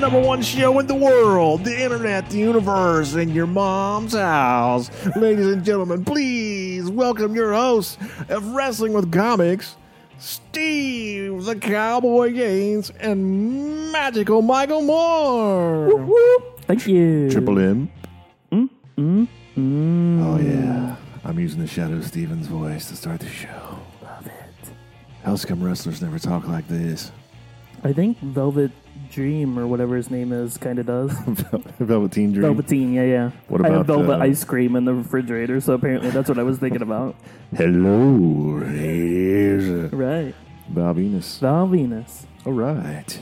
number one show in the world, the internet, the universe, and your mom's house. Ladies and gentlemen, please welcome your host of Wrestling with Comics, Steve the Cowboy Gaines and Magical Michael Moore. Thank you. Triple M. Mm, Oh yeah, I'm using the Shadow Stevens voice to start the show. Love it. How's come wrestlers never talk like this? I think Velvet Dream or whatever his name is kind of does. Velveteen Dream. Velveteen, yeah, yeah. What I have about, velvet uh, ice cream in the refrigerator, so apparently that's what I was thinking about. Hello, here's Right. Bob Enos. Val Venus. All right.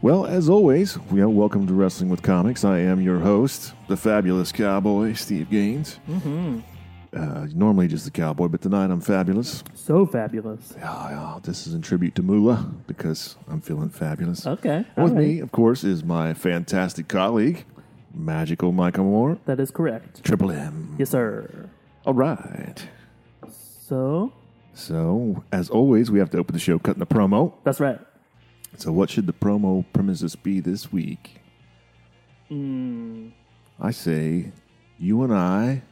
Well, as always, we are welcome to Wrestling with Comics. I am your host, the fabulous cowboy, Steve Gaines. Mm-hmm. Uh, normally just the cowboy, but tonight I'm fabulous. So fabulous. Yeah, yeah, this is in tribute to Moolah because I'm feeling fabulous. Okay. And with all right. me, of course, is my fantastic colleague, Magical Michael Moore, That is correct. Triple M. Yes, sir. All right. So, So, as always, we have to open the show cutting the promo. that's right. So, what should the promo premises be this week? I say, you and I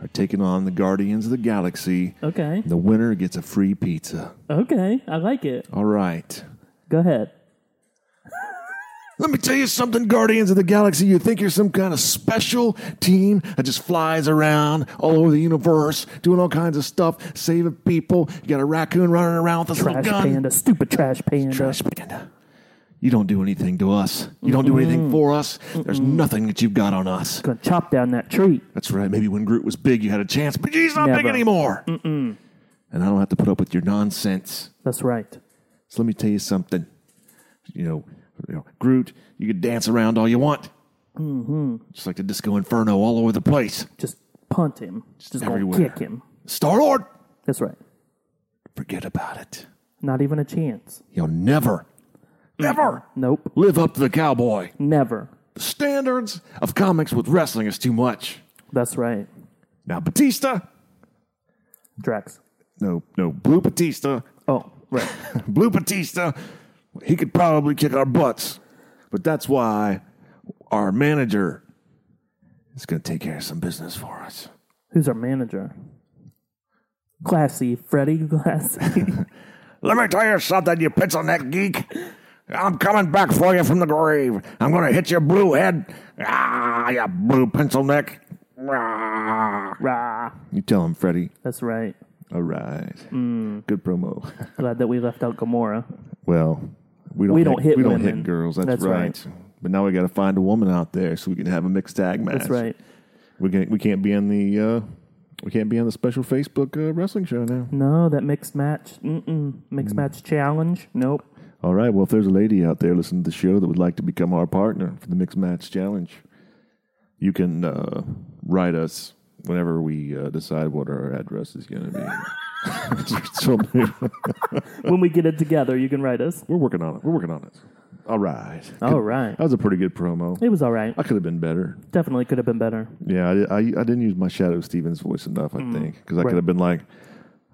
are taking on the Guardians of the Galaxy. Okay. The winner gets a free pizza. Okay. I like it. All right. Go ahead. Let me tell you something, Guardians of the Galaxy. You think you're some kind of special team that just flies around all over the universe, doing all kinds of stuff, saving people. You got a raccoon running around with a little Trash gun. panda. Stupid trash panda. Trash panda. You don't do anything to us. You don't do anything for us. There's nothing that you've got on us. Gonna chop down that tree. That's right. Maybe when Groot was big, you had a chance, but he's not big Never. anymore. And I don't have to put up with your nonsense. That's right. So let me tell you something. You know, you know Groot, you can dance around all you want. Just like the Disco Inferno all over the place. Just punt him. Just gonna everywhere. kick him. Star Lord, That's right. forget about it. Not even a chance. You'll never, never Nope. live up to the cowboy. Never. The standards of comics with wrestling is too much. That's right. Now, Batista, Drax. no, no, Blue Batista, Oh, right. Blue Batista, he could probably kick our butts, but that's why our manager is going to take care of some business for us. Who's our manager? Glassy, Freddie Glassy. Let me tell you something, you pencil neck geek. I'm coming back for you from the grave. I'm going to hit your blue head. Ah, you blue pencil neck. Ah. Rah. You tell him, Freddie. That's right. All right. Good promo. Glad that we left out Gamora. Well, we don't We hit, don't hit we don't women. hit girls. That's, That's right. right. But now we got to find a woman out there so we can have a mixed tag match. That's right. We can we can't be on the uh, we can't be on the special Facebook uh, wrestling show now. No, that mixed match. Mm-mm. Mm. Mixed match challenge. Nope. All right. Well, if there's a lady out there listening to the show that would like to become our partner for the mixed match challenge, you can uh, write us whenever we uh, decide what our address is going to be. So, when we get it together, you can write us. we're working on it. We're working on it. All right. All right. That was a pretty good promo. It was all right. I could have been better. Definitely could have been better. Yeah, I, I, I didn't use my Shadow Stevens voice enough, I think, because I could have been like,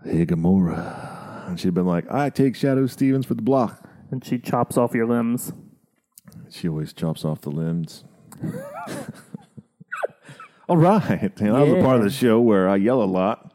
"Hey, Gamora," and she'd been like, "I take Shadow Stevens for the block." And she chops off your limbs. She always chops off the limbs. All right, and I was a part of the show where I yell a lot.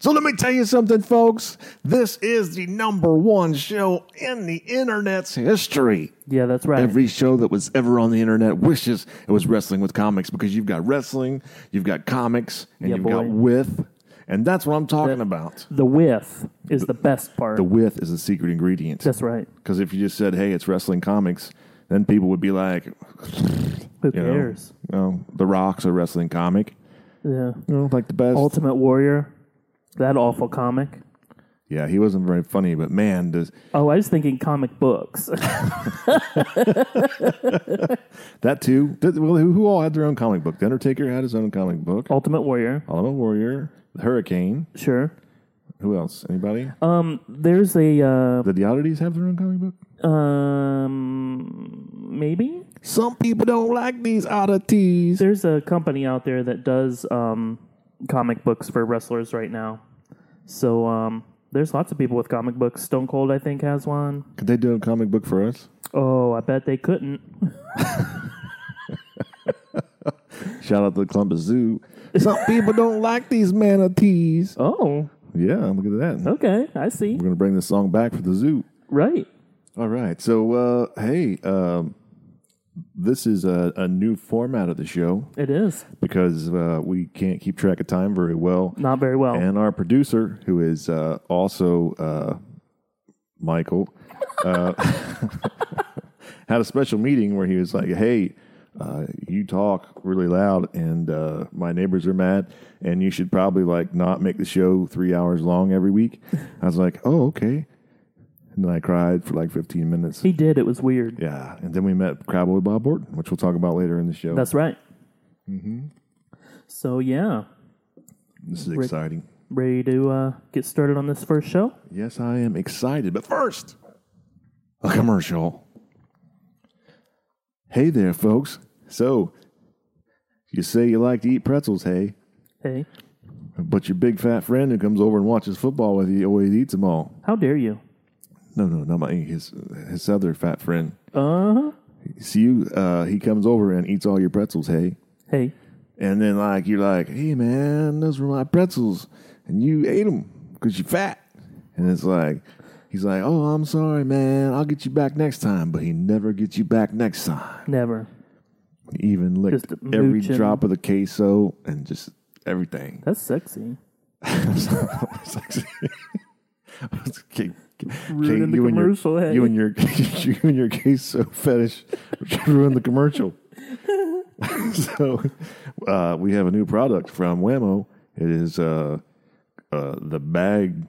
So let me tell you something, folks. This is the number one show in the internet's history. Yeah, that's right. Every show that was ever on the internet wishes it was wrestling with comics because you've got wrestling, you've got comics, and Yeah, you've boy. got with. And that's what I'm talking about. the whiff is the best part. The with is the secret ingredient. that's right. Because if you just said, hey, it's wrestling comics, then people would be like, Who you know, cares? "Oh, The Rock's a wrestling comic. Yeah. You know, like the best. Ultimate Warrior. That awful comic. yeah, he wasn't very funny, but man, does, Oh, I was thinking comic books. that too. Th- well, who, who all had their own comic book? The Undertaker had his own comic book. Ultimate Warrior. Ultimate Warrior, The Hurricane. Sure. Who else? Anybody? Uh, There's a uh, Did the Oddities have their own comic book? um maybe Some people don't like these oddities. there's a company out there that does um comic books for wrestlers right now. So um There's lots of people with comic books. Stone Cold, I think, has one. Could they do a comic book for us? Oh, I bet they couldn't. Shout out to the Columbus Zoo. Some people don't like these manatees. Oh, Yeah, look at that. okay, I see. We're gonna bring this song back for the zoo. Right. All right. So, uh, hey, um, this is a, a new format of the show It is. because uh, we can't keep track of time very well. Not very well. And our producer, who is uh, also uh, Michael, uh, had a special meeting where he was like, hey, uh, you talk really loud, and uh, my neighbors are mad, and you should probably like not make the show three hours long every week. I was like, oh, okay. And then I cried for like 15 minutes. he did. It was weird. Yeah, and then we met Crabboy Bob Orton, which we'll talk about later in the show. That's right. Mm-hmm. So, yeah. this is exciting. Ready to uh, get started on this first show? Yes, I am excited. But first, a commercial. Hey there, folks. So, you say you like to eat pretzels, hey? Hey, But your big fat friend who comes over and watches football with you always eats them all. how dare you? No, no, not my his his other fat friend. Uh huh. See you. Uh, he comes over and eats all your pretzels, hey? Hey, And then like you're like, hey man, those were my pretzels, and you ate them because you're fat. And it's like, he's like, oh, I'm sorry, man. I'll get you back next time. But he never gets you back next time. never. He even licked Just every mooching. drop of the queso and just everything. That's sexy. It's like- Kate, Kate, Ruining the you and your- commercial, hey. You and your you and your queso fetish ruined the commercial. so uh, we have a new product from Wemo. It is uh, uh, the bag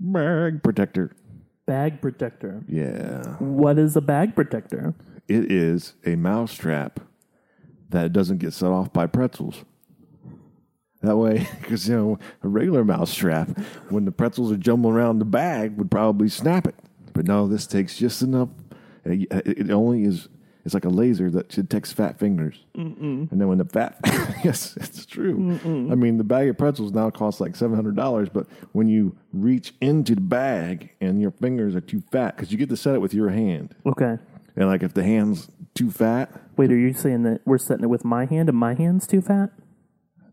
bag protector. Bag protector. Yeah, What is a bag protector? it is a mousetrap that doesn't get set off by pretzels. That way, because you know a regular mousetrap, when the pretzels are jumbling around the bag, would probably snap it. But no, this takes just enough. It it only is. It's like a laser that detects fat fingers, and then when the fat yes, it's true. I mean, the bag of pretzels now costs like seven hundred dollars, but when you reach into the bag and your fingers are too fat, because you get to set it with your hand, Okay. and like if the hand's too fat, Wait, are you saying that we're setting it with my hand and my hand's too fat?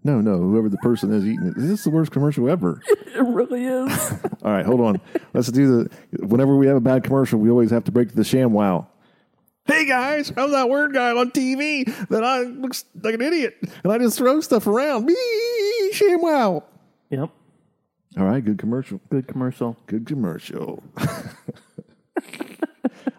no, no, whoever the person is eating it, this is the worst commercial ever. It really is. All right, hold on. Let's do the. Whenever we have a bad commercial, we always have to break to the sham wow. Hey guys, I'm that word guy on TV that I looks like an idiot and I just throw stuff around. Me sham wow. yep. All right, good commercial. Good commercial. Good commercial.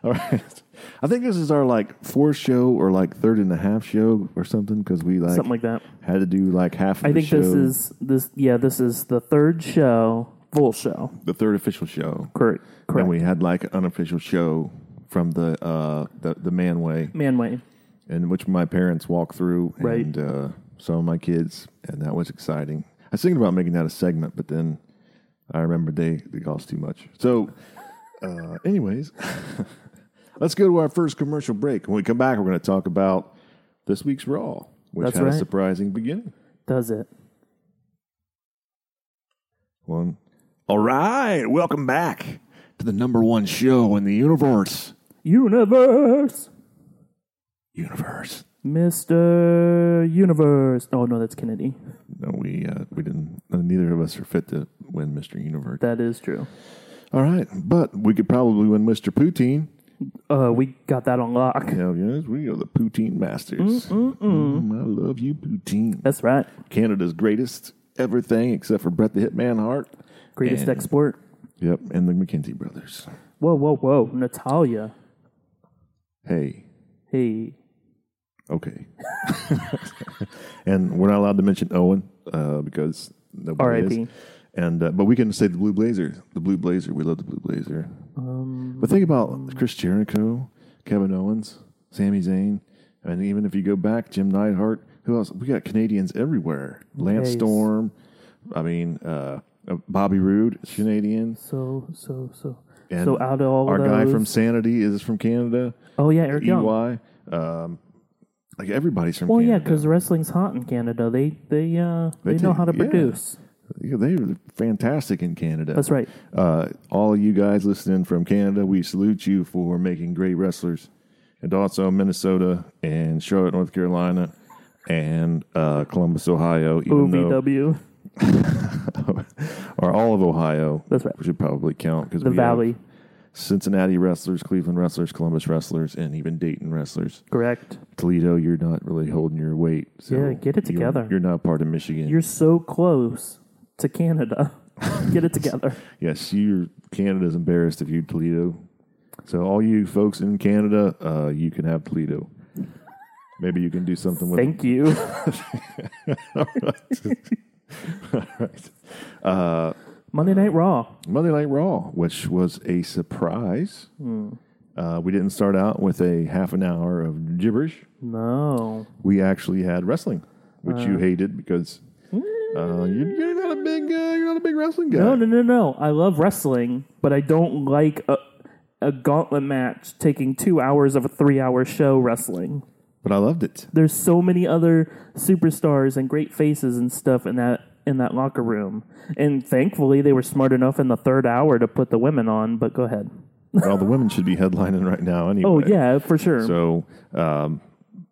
All right. I think this is our like fourth show or like third and a half show or something because we like, Something like that. had to do like half. Of I the think this show. is this. Yeah, this is the third show, full show. the third official show. Correct. Correct. And we had like an unofficial show from the uh the, the Manway, Manway. in which my parents walked through Right. and uh, some of my kids, and that was exciting. I was thinking about making that a segment, but then I remembered they they cost too much. So, uh, anyways, let's go to our first commercial break. When we come back, we're going to talk about this week's Raw, which That's had right. a surprising beginning. Does it? One. All right, welcome back to the number one show in the universe. Universe, Universe. Mister Universe. Oh no, that's Kennedy. No, we uh, we didn't. uh, Neither of us are fit to win Mr. Universe. That is true. All right, but we could probably win Mr. Poutine. Uh, we got that on lock. Hell yes, we are the Poutine Masters. Mm, I love you, Poutine. That's right. Canada's greatest everything except for Brett the Hitman Hart. Greatest And- export. Yep, and the McKenzie brothers. Whoa, whoa, whoa, Natalia. Hey, Hey, okay. and we're not allowed to mention Owen uh, because nobody R.I.P.. is. And uh, but we can say the Blue Blazer, the Blue Blazer. We love the Blue Blazer. Um, but think about Chris Jericho, Kevin Owens, Sami Zayn, and even if you go back, Jim Neidhart. Who else? We got Canadians everywhere. Lance Yes. Storm. I mean, uh, uh, Bobby Roode is Canadian. so so so. And so out of all Our those, guy from E Sanity is from Canada. oh yeah, Eric Young. EY. Um, like everybody's from Well, yeah, Canada. because wrestling's hot in Canada. They they uh they, know take- how to yeah. produce. yeah, they were fantastic in Canada. That's right. Uh, all you guys listening from Canada, we salute you for making great wrestlers, and also Minnesota and Charlotte, North Carolina, and uh, Columbus, Ohio. Even though, OVW. or all of Ohio. That's right. We should probably count because The Valley. Cincinnati wrestlers, Cleveland wrestlers, Columbus wrestlers, and even Dayton wrestlers. Correct. Toledo, you're not really holding your weight. So Yeah, get it you're- together. You're, not part of Michigan. You're so close to Canada. Get it together. yes, you Canada's embarrassed of you, Toledo. So all you folks in Canada, uh, you can have Toledo. Maybe you can do something with Thank you. Uh, Monday Night Raw. Monday Night Raw, which was a surprise. Hmm. Uh, we didn't start out with a half an hour of gibberish. No. we actually had wrestling, which you hated because uh, you're, you're not a big uh, you're not a big wrestling guy. No, no, no, no. I love wrestling, but I don't like a, a gauntlet match taking two hours of a three hour show wrestling. But I loved it. There's so many other superstars and great faces and stuff in that in that locker room. And thankfully they were smart enough in the third hour to put the women on, but go ahead. well, the women should be headlining right now anyway. Oh yeah, for sure. So, um,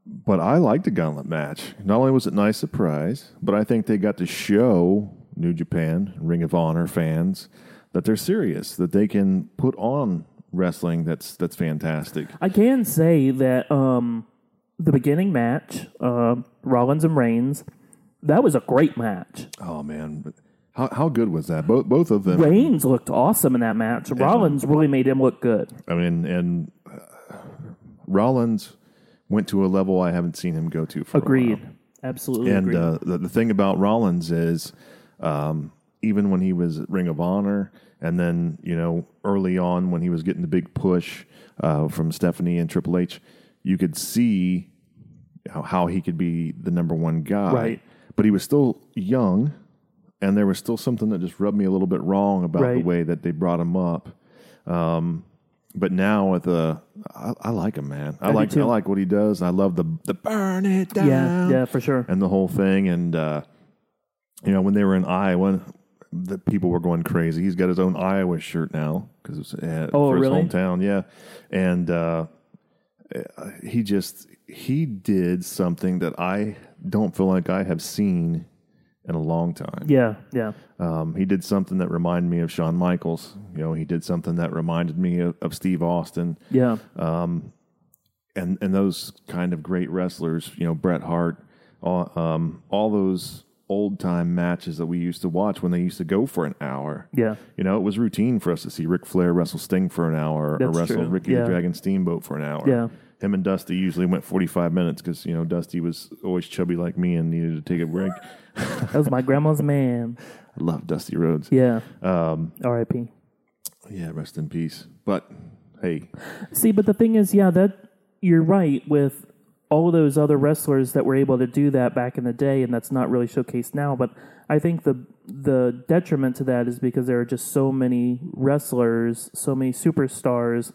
but I liked the gauntlet match. Not only was it a nice surprise, but I think they got to show New Japan, Ring of Honor fans that they're serious, that they can put on wrestling that's that's fantastic. I can say that um, the beginning match, uh, Rollins and Reigns, that was a great match. Oh man, but how how good was that? Both both of them. Reigns looked awesome in that match. Rollins really made him look good. I mean, and uh, Rollins went to a level I haven't seen him go to for a Agreed. while. Absolutely And agreed. uh, the, the thing about Rollins is, um, even when he was at Ring of Honor, and then you know early on when he was getting the big push uh, from Stephanie and Triple H, you could see how, how he could be the number one guy. Right. But he was still young, and there was still something that just rubbed me a little bit wrong about the Right. way that they brought him up. Um, but now with the, I, I like him, man. I, do like I too. like what he does. I love the the burn it down yeah, yeah, for sure. and the whole thing. And uh, you know, when they were in Iowa, the people were going crazy. He's got his own Iowa shirt now because it's uh, Oh, for really? his hometown. Yeah, and uh, uh, he just he did something that I don't feel like I have seen in a long time. Yeah, yeah. Um, he did something that reminded me of Shawn Michaels. You know, he did something that reminded me of, of Steve Austin Yeah. Uh, and and those kind of great wrestlers, you know, Bret Hart, all, um, all those old time matches that we used to watch when they used to go for an hour. Yeah. You know, it was routine for us to see Ric Flair wrestle Sting for an hour That's or wrestle true. Ricky Yeah. the Dragon Steamboat for an hour. Yeah. Him and Dusty usually went 45 minutes because, you know, Dusty was always chubby like me and needed to take a break. I that was my grandma's man. love Dusty Rhodes. Yeah. Um R.I.P. yeah, rest in peace. But hey, See, but the thing is, yeah, that you're right with all those other wrestlers that were able to do that back in the day, and that's not really showcased now. But I think the the detriment to that is because there are just so many wrestlers, so many superstars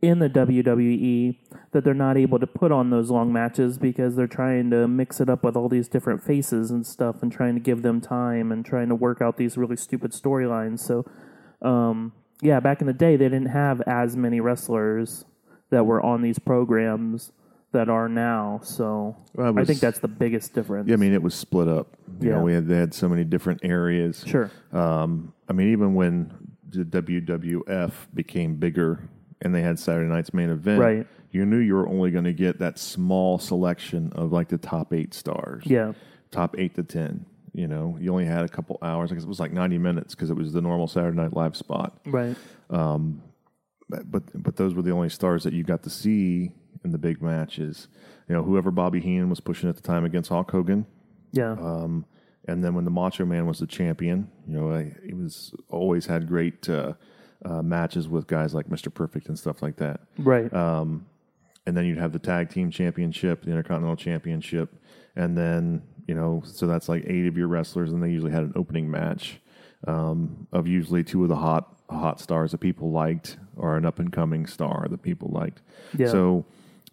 in the WWE that they're not able to put on those long matches because they're trying to mix it up with all these different faces and stuff and trying to give them time and trying to work out these really stupid storylines. So um, yeah, back in the day, they didn't have as many wrestlers that were on these programs that are now. So Well, it I was- think that's the biggest difference. yeah, I mean, it was split up. You Yeah. know, we had, they had so many different areas. sure. Um, I mean, even when the WWF became bigger and they had Saturday night's main event, Right. you knew you were only going to get that small selection of like the top eight stars, Yeah, top eight to 10. You know, you only had a couple hours. I guess it was like 90 minutes because it was the normal Saturday Night Live spot. right. But, but but those were the only stars that you got to see in the big matches. You know, whoever Bobby Heenan was pushing at the time against Hulk Hogan, Yeah, uh, And then when the Macho Man was the champion, you know, I, he was always had great uh, uh, matches with guys like Mr. Perfect and stuff like that. Um, right. And then you'd have the tag team championship, the Intercontinental Championship, and then you know, so that's like eight of your wrestlers, and they usually had an opening match um, of usually two of the hot hot stars that people liked, or an up and coming star that people liked. Yeah. So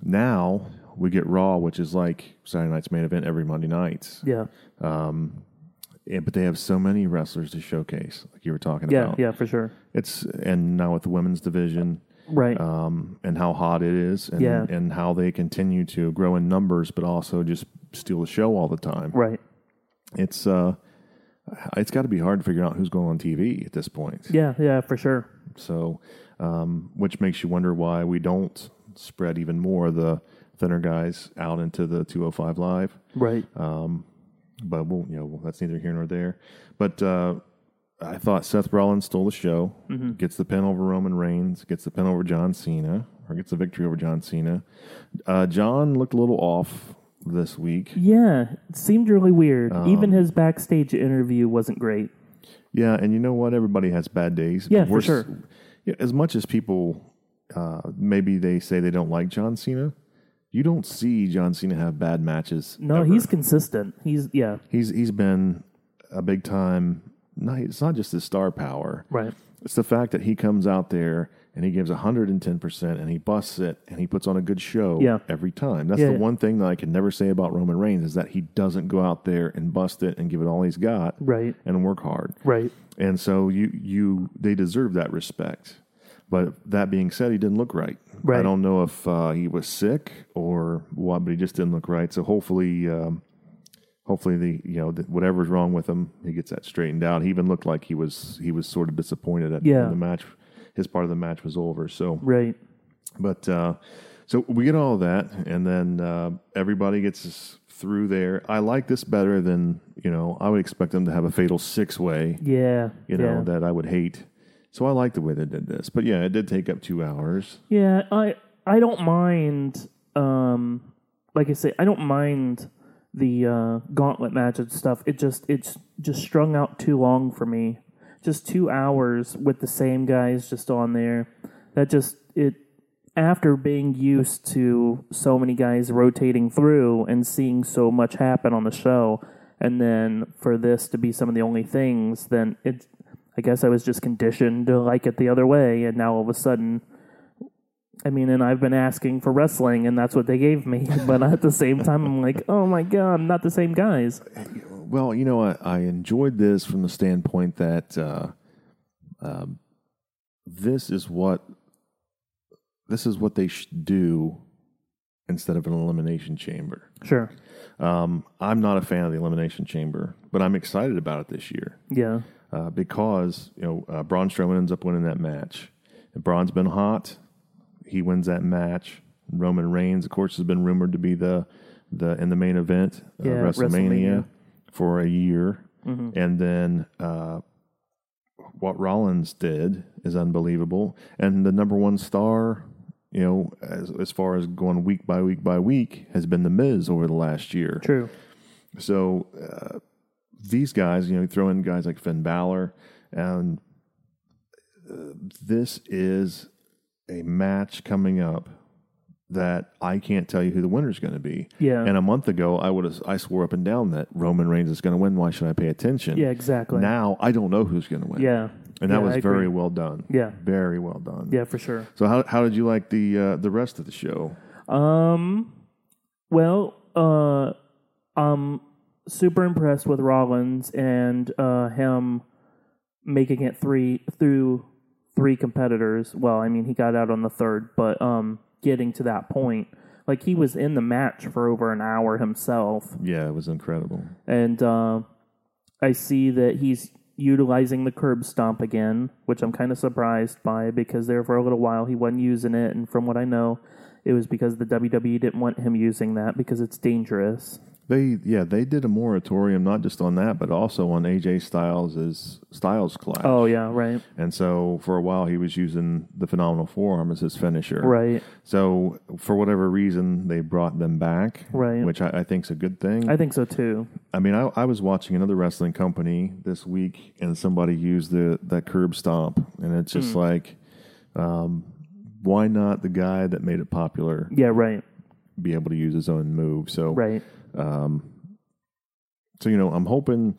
now we get Raw, which is like Saturday night's main event every Monday night yeah, yeah, but they have so many wrestlers to showcase, like you were talking Yeah, about. yeah, for sure. It's and now with the women's division, Right. um, and how hot it is, and Yeah. and how they continue to grow in numbers, but also just steal the show all the time. right. It's uh, it's got to be hard to figure out who's going on TV at this point. Yeah, yeah, for sure. So, um, which makes you wonder why we don't spread even more the thinner guys out into the 205 live. Right. But we'll, you know, well, that's neither here nor there. But uh, I thought Seth Rollins stole the show, Mm-hmm. gets the pin over Roman Reigns, gets the pin over John Cena, or gets the victory over John Cena. Uh, John looked a little off this week. yeah, it seemed really weird. Oh. Even his backstage interview wasn't great. Yeah, and you know what? Everybody has bad days. Yeah, for We're s- sure. yeah, as much as people, uh, maybe they say they don't like John Cena. You don't see John Cena have bad matches. No, ever. he's consistent. He's yeah, he's he's been a big time. Not, it's not just his star power. right. It's the fact that he comes out there and he gives 110% and he busts it and he puts on a good show Yeah. every time. That's Yeah, the yeah. one thing that I can never say about Roman Reigns is that he doesn't go out there and bust it and give it all he's got Right. and work hard. Right. And so you you they deserve that respect. But that being said, he didn't look right. I Right. don't know if uh, he was sick or what, but he just didn't look right. So hopefully, um, hopefully the you know the, whatever's wrong with him, he gets that straightened out. He even looked like he was he was sort of disappointed at Yeah. the match. His part of the match was over. So Right. but uh, so we get all that, and then uh, everybody gets us through there. I like this better than you know. I would expect them to have a fatal six way Yeah. you yeah. know, that I would hate. So I like the way they did this. But yeah, it did take up two hours. Yeah, I I don't mind. Um, like I say, I don't mind the uh, gauntlet match and stuff. It just it's just strung out too long for me. Just two hours with the same guys just on there. That just it after being used to so many guys rotating through and seeing so much happen on the show, and then for this to be some of the only things, then it. I guess I was just conditioned to like it the other way, and now all of a sudden I mean, and I've been asking for wrestling, and that's what they gave me. But at the same time, I'm like, oh my god, I'm not the same guys. Well, you know, I, I enjoyed this from the standpoint that uh, um, this is what this is what they should do instead of an elimination chamber. Sure. Um, I'm not a fan of the elimination chamber, but I'm excited about it this year. Yeah. uh, because you know uh, Braun Strowman ends up winning that match. And Braun's been hot; he wins that match. Roman Reigns, of course, has been rumored to be the the in the main event uh, Yeah, WrestleMania, WrestleMania. Mm-hmm. for a year, and then uh, what Rollins did is unbelievable, and the number one star. You know, as as far as going week by week by week, has been the Miz over the last year. True. So uh, these guys, you know, throw in guys like Finn Balor, and uh, this is a match coming up that I can't tell you who the winner's going to be. Yeah. And a month ago, I would have I swore up and down that Roman Reigns is going to win. Why should I pay attention? Yeah. Exactly. Now I don't know who's going to win. yeah. And that Yeah, was I agree. very well done. Yeah. Very well done. Yeah, for sure. So how how did you like the uh, the rest of the show? Um. Well. Uh. Um. Super impressed with Rollins and uh, him making it three through three competitors. Well, I mean, he got out on the third, but um, getting to that point, like he was in the match for over an hour himself. Yeah, it was incredible. and uh, I see that he's utilizing the curb stomp again, which I'm kind of surprised by because there for a little while he wasn't using it, and from what I know, it was because the WWE didn't want him using that because it's dangerous. They yeah they did a moratorium not just on that but also on AJ Styles' Styles clash. Oh yeah, right, and so for a while he was using the phenomenal forearm as his finisher. right. So for whatever reason they brought them back. Right. Which I, I think is a good thing. I I, think so too. mean I, I was watching another wrestling company this week and somebody used the that curb stomp and it's Hmm. just like, um, why not the guy that made it popular Yeah, right, be able to use his own move? So right. So you know, I'm hoping,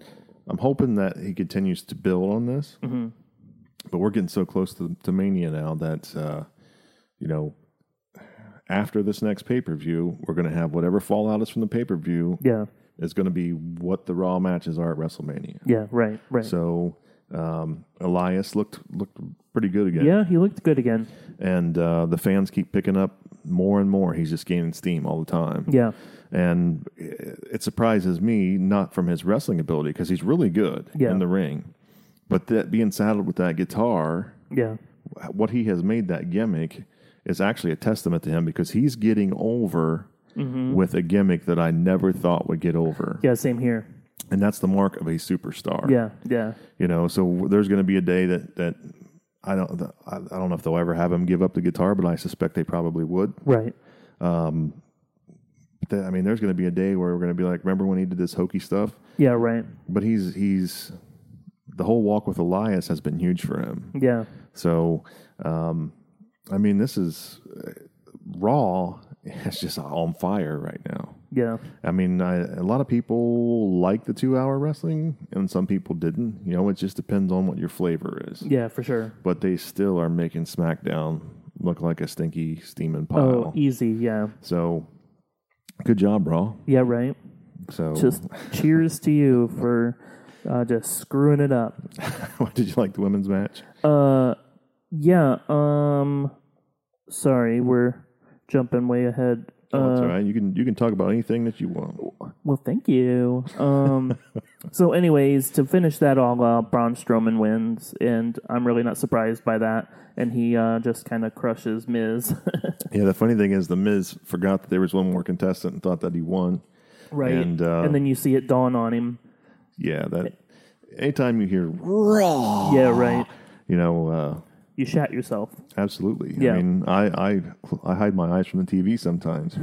I'm hoping that he continues to build on this. Mm-hmm. But we're getting so close to, to Mania now that uh, you know, after this next pay per view, we're going to have whatever fallout is from the pay per view Yeah. is going to be what the Raw matches are at WrestleMania. Yeah. Right. Right. So um, Elias looked looked pretty good again, yeah, he looked good again. and uh, the fans keep picking up more and more. He's just gaining steam all the time. Yeah. and it surprises me not from his wrestling ability because he's really good Yeah. in the ring, but that being saddled with that guitar, Yeah. what he has made that gimmick is actually a testament to him because he's getting over. Mm-hmm. With a gimmick that I never thought would get over, Yeah. Same here. and that's the mark of a superstar Yeah. Yeah. you know so there's going to be a day that that i don't that- i I don't know if they'll ever have him give up the guitar but i suspect they probably would Right. But that- i mean there's going to be a day where we're going to be like remember when he did this hokey stuff Yeah. Right. but he's he's the whole walk with elias has been huge for him Yeah. so um i mean this is uh, raw it's just on fire right now Yeah. I mean, I, a lot of people like the two-hour wrestling, and some people didn't. You know, it just depends on what your flavor is. Yeah. For sure. but they still are making SmackDown look like a stinky steaming Oh, pile. easy. Yeah. so good job, Raw. Yeah. Right. So Just cheers to you for uh, just screwing it up. did you like the women's match? Uh, yeah. Um, sorry, we're jumping way ahead. Oh, that's Uh, all right. You can you can talk about anything that you want. Well, thank you. Um, so, anyways, to finish that all up, Braun Strowman wins, and I'm really not surprised by that. And he uh, just kind of crushes Miz, Yeah, the funny thing is the Miz forgot that there was one more contestant and thought that he won. right? And, uh, and then you see it dawn on him. Yeah, that anytime you hear Raw, Yeah, right. you know, uh, You shat yourself. absolutely. Yeah. I mean, I, I I hide my eyes from the TV sometimes.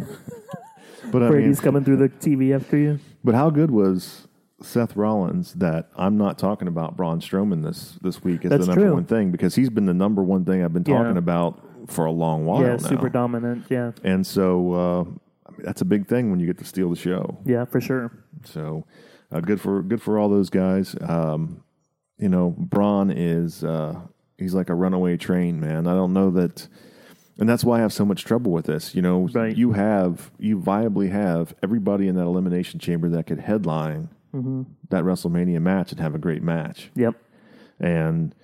but I mean, Brady's coming through the TV after you. But how good was Seth Rollins that I'm not talking about Braun Strowman this this week as That's the number true. one thing because he's been the number one thing I've been Yeah. talking about for a long while Yeah, now. super dominant. Yeah, and so uh, I mean, that's a big thing when you get to steal the show. yeah, for sure. So uh, good for good for all those guys. Um, you know, Braun is uh, he's like a runaway train, man. I don't know that, and that's why I have so much trouble with this. You know, Right. you have you viably have everybody in that elimination chamber that could headline that WrestleMania match and have a great match. Yep. And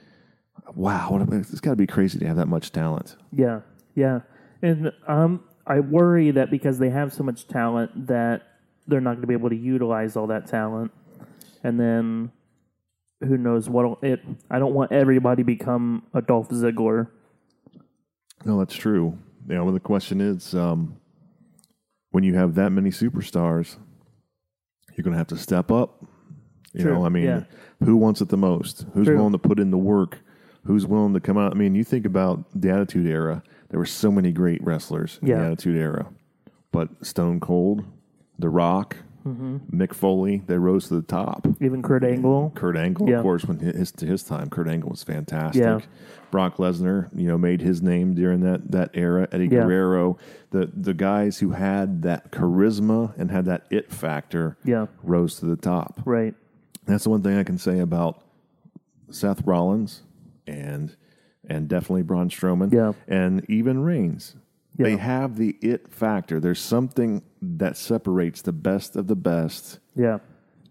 wow, what a, it's got to be crazy to have that much talent. Yeah, yeah, and um, I worry that because they have so much talent that they're not going to be able to utilize all that talent, and then who knows what it. I don't want everybody to become a Dolph Ziggler. No, that's true. You know, well, the question is, um, when you have that many superstars, you're going to have to step up. You True, know, I mean, yeah. who wants it the most? Who's True. willing to put in the work? Who's willing to come out? I mean, you think about the Attitude Era. There were so many great wrestlers in Yeah. the Attitude Era, but Stone Cold, The Rock, Mm-hmm. Mick Foley, they rose to the top. Even Kurt Angle, Kurt Angle, Yeah. of course, when his to his time, Kurt Angle was fantastic. Yeah. Brock Lesnar, you know, made his name during that that era. Eddie Yeah. Guerrero, the the guys who had that charisma and had that it factor, Yeah. rose to the top. right? That's the one thing I can say about Seth Rollins and and definitely Braun Strowman. Yeah. And even Reigns. Yeah. They have the it factor. There's something that separates the best of the best Yeah,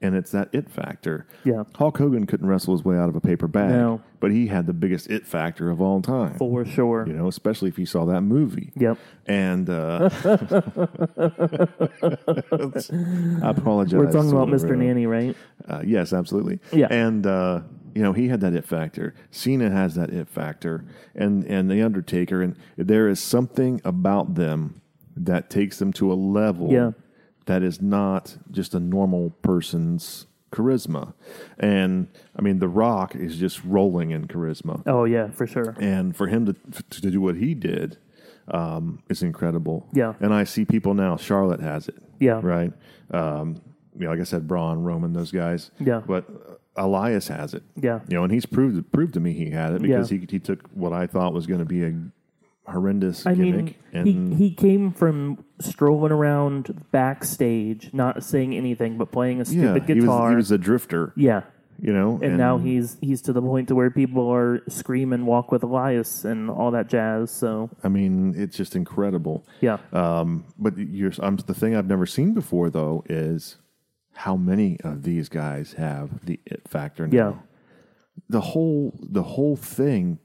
and it's that it factor. Yeah. Hulk Hogan couldn't wrestle his way out of a paper bag, No. but he had the biggest it factor of all time. for sure. You know, especially if you saw that movie. Yep. And uh, I apologize. We're talking about Whatever. Mr. Nanny, right? Uh, yes, absolutely. Yeah. And uh, you know, he had that it factor. Cena has that it factor, and and the Undertaker, and there is something about them that takes them to a level Yeah. that is not just a normal person's charisma. And I mean, The Rock is just rolling in charisma Oh yeah, for sure. and for him to to do what he did um, is incredible. Yeah. and I see people now. Charlotte has it. Yeah. right. Um, you know, like I said, Braun, Roman, those guys. Yeah. but uh, Elias has it. Yeah. you know, and he's proved proved to me he had it because Yeah. he he took what I thought was going to be a horrendous I mean, gimmick and he, he came from strolling around backstage, not saying anything, but playing a yeah, stupid he was guitar. he was a drifter. yeah, you know. and now he's he's to the point to where people are screaming "Walk with Elias" and all that jazz. So I mean, it's just incredible. yeah, Um, but you're, I'm, the thing I've never seen before, though, is how many of these guys have the it factor now. yeah, The whole the whole thing.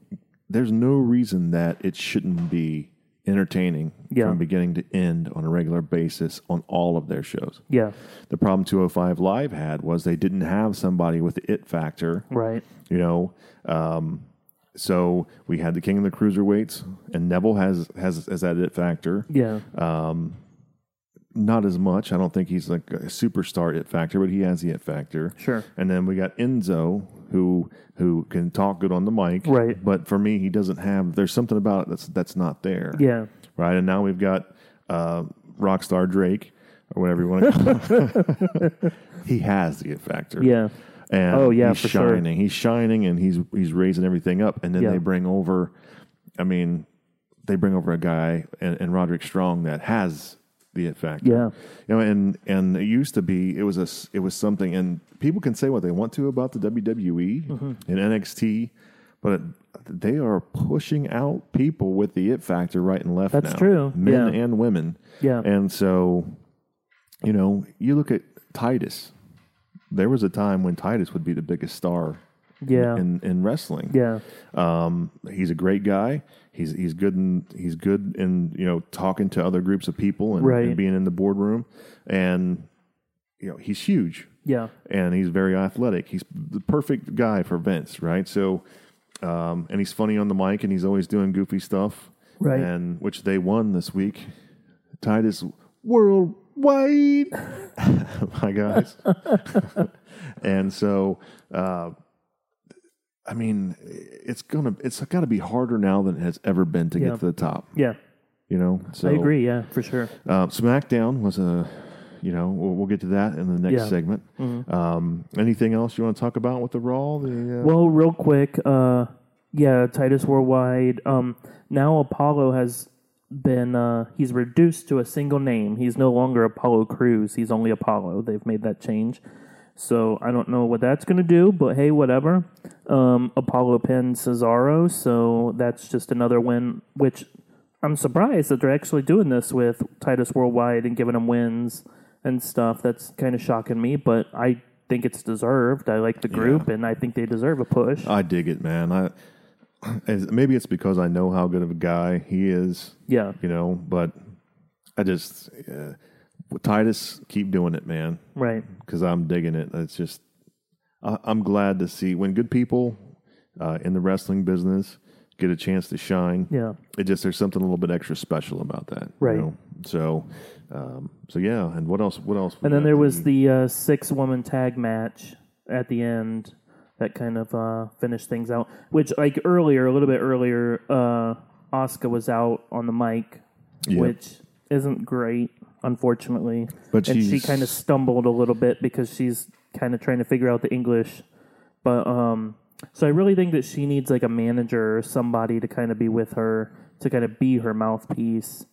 There's no reason that it shouldn't be entertaining Yeah. from beginning to end on a regular basis on all of their shows. yeah, The problem 205 Live had was they didn't have somebody with the it factor right, you know um, so we had the king of the cruiserweights and neville has has has that it factor yeah, not as much i don't think he's like a superstar it factor but he has the it factor Sure. and then we got enzo who who can talk good on the mic Right. but for me he doesn't have there's something about it that's that's not there yeah. right and now we've got uh rock star drake or whatever you want to call him. he has the it factor Yeah. and Oh, yeah, he's for sure. shining. He's shining, and he's he's raising everything up. And then Yeah. they bring over, I mean, they bring over a guy and, and Roderick Strong that has the it factor. Yeah. you know, and and it used to be it was a s- it was something, and people can say what they want to about the WWE Mm-hmm. and NXT, but. they are pushing out people with the it factor right and left That's now. true. Men Yeah. and women. Yeah. And so, you know, you look at Titus. There was a time when Titus would be the biggest star Yeah. in, in wrestling. yeah. Um, he's a great guy. He's he's good in he's good in you know talking to other groups of people and, Right. and being in the boardroom, and you know he's huge Yeah. and he's very athletic. He's the perfect guy for Vince, right? So, um, and he's funny on the mic, and he's always doing goofy stuff, Right. And which they won this week. Titus worldwide, my guys, and so. Uh, I mean, it's gonna it's got to be harder now than it has ever been to Yeah. get to the top. Yeah. You know, so I agree. Yeah, for sure. uh, SmackDown was a, you know, we'll, we'll get to that in the next Yeah. segment. Um, anything else you want to talk about with the Raw? The, uh, Well, real quick, uh, yeah, Titus Worldwide. Um, now Apollo has been uh, he's reduced to a single name. He's no longer Apollo Crews. He's only Apollo. They've made that change. So I don't know what that's going to do, but hey, whatever. Um, Apollo pinned Cesaro, so that's just another win. Which I'm surprised that they're actually doing this with Titus Worldwide and giving him wins and stuff. That's kind of shocking me, but I think it's deserved. I like the group, and I think they deserve a push. I dig it, man. I as, maybe it's because I know how good of a guy he is, yeah, you know. But I just uh, Titus, keep doing it, man, right. because I'm digging it. It's just I, I'm glad to see when good people uh, in the wrestling business get a chance to shine. Yeah, it just there's something a little bit extra special about that, you Right. know? So, um, so yeah, and what else? What else? and then there Mm-hmm. was the uh, six woman tag match at the end that kind of uh, finished things out. Which, like earlier, a little bit earlier, uh, Oscar was out on the mic, Yeah. which isn't great, unfortunately. But and she she's- kind of stumbled a little bit because she's kind of trying to figure out the English. But um, so I really think that she needs like a manager or somebody to kind of be with her to kind of be her mouthpiece.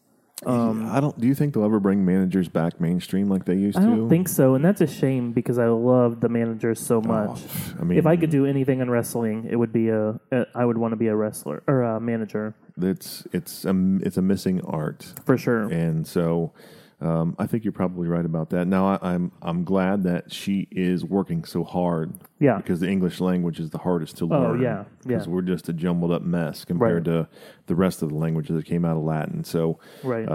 I don't. Do you think they'll ever bring managers back mainstream like they used I to? don't think so, and that's a shame because I love the manager so much. Oh, I mean, if I could do anything in wrestling, it would be a. a I would want to be a wrestler or a manager it's it's um it's a missing art, for sure. and so. Um, I think you're probably right about that. Now I, I'm I'm glad that she is working so hard. Yeah. Oh, Because the English language is the hardest to learn. yeah, yeah. Because we're just a jumbled up mess compared to the rest of the languages that came out of Latin. So right.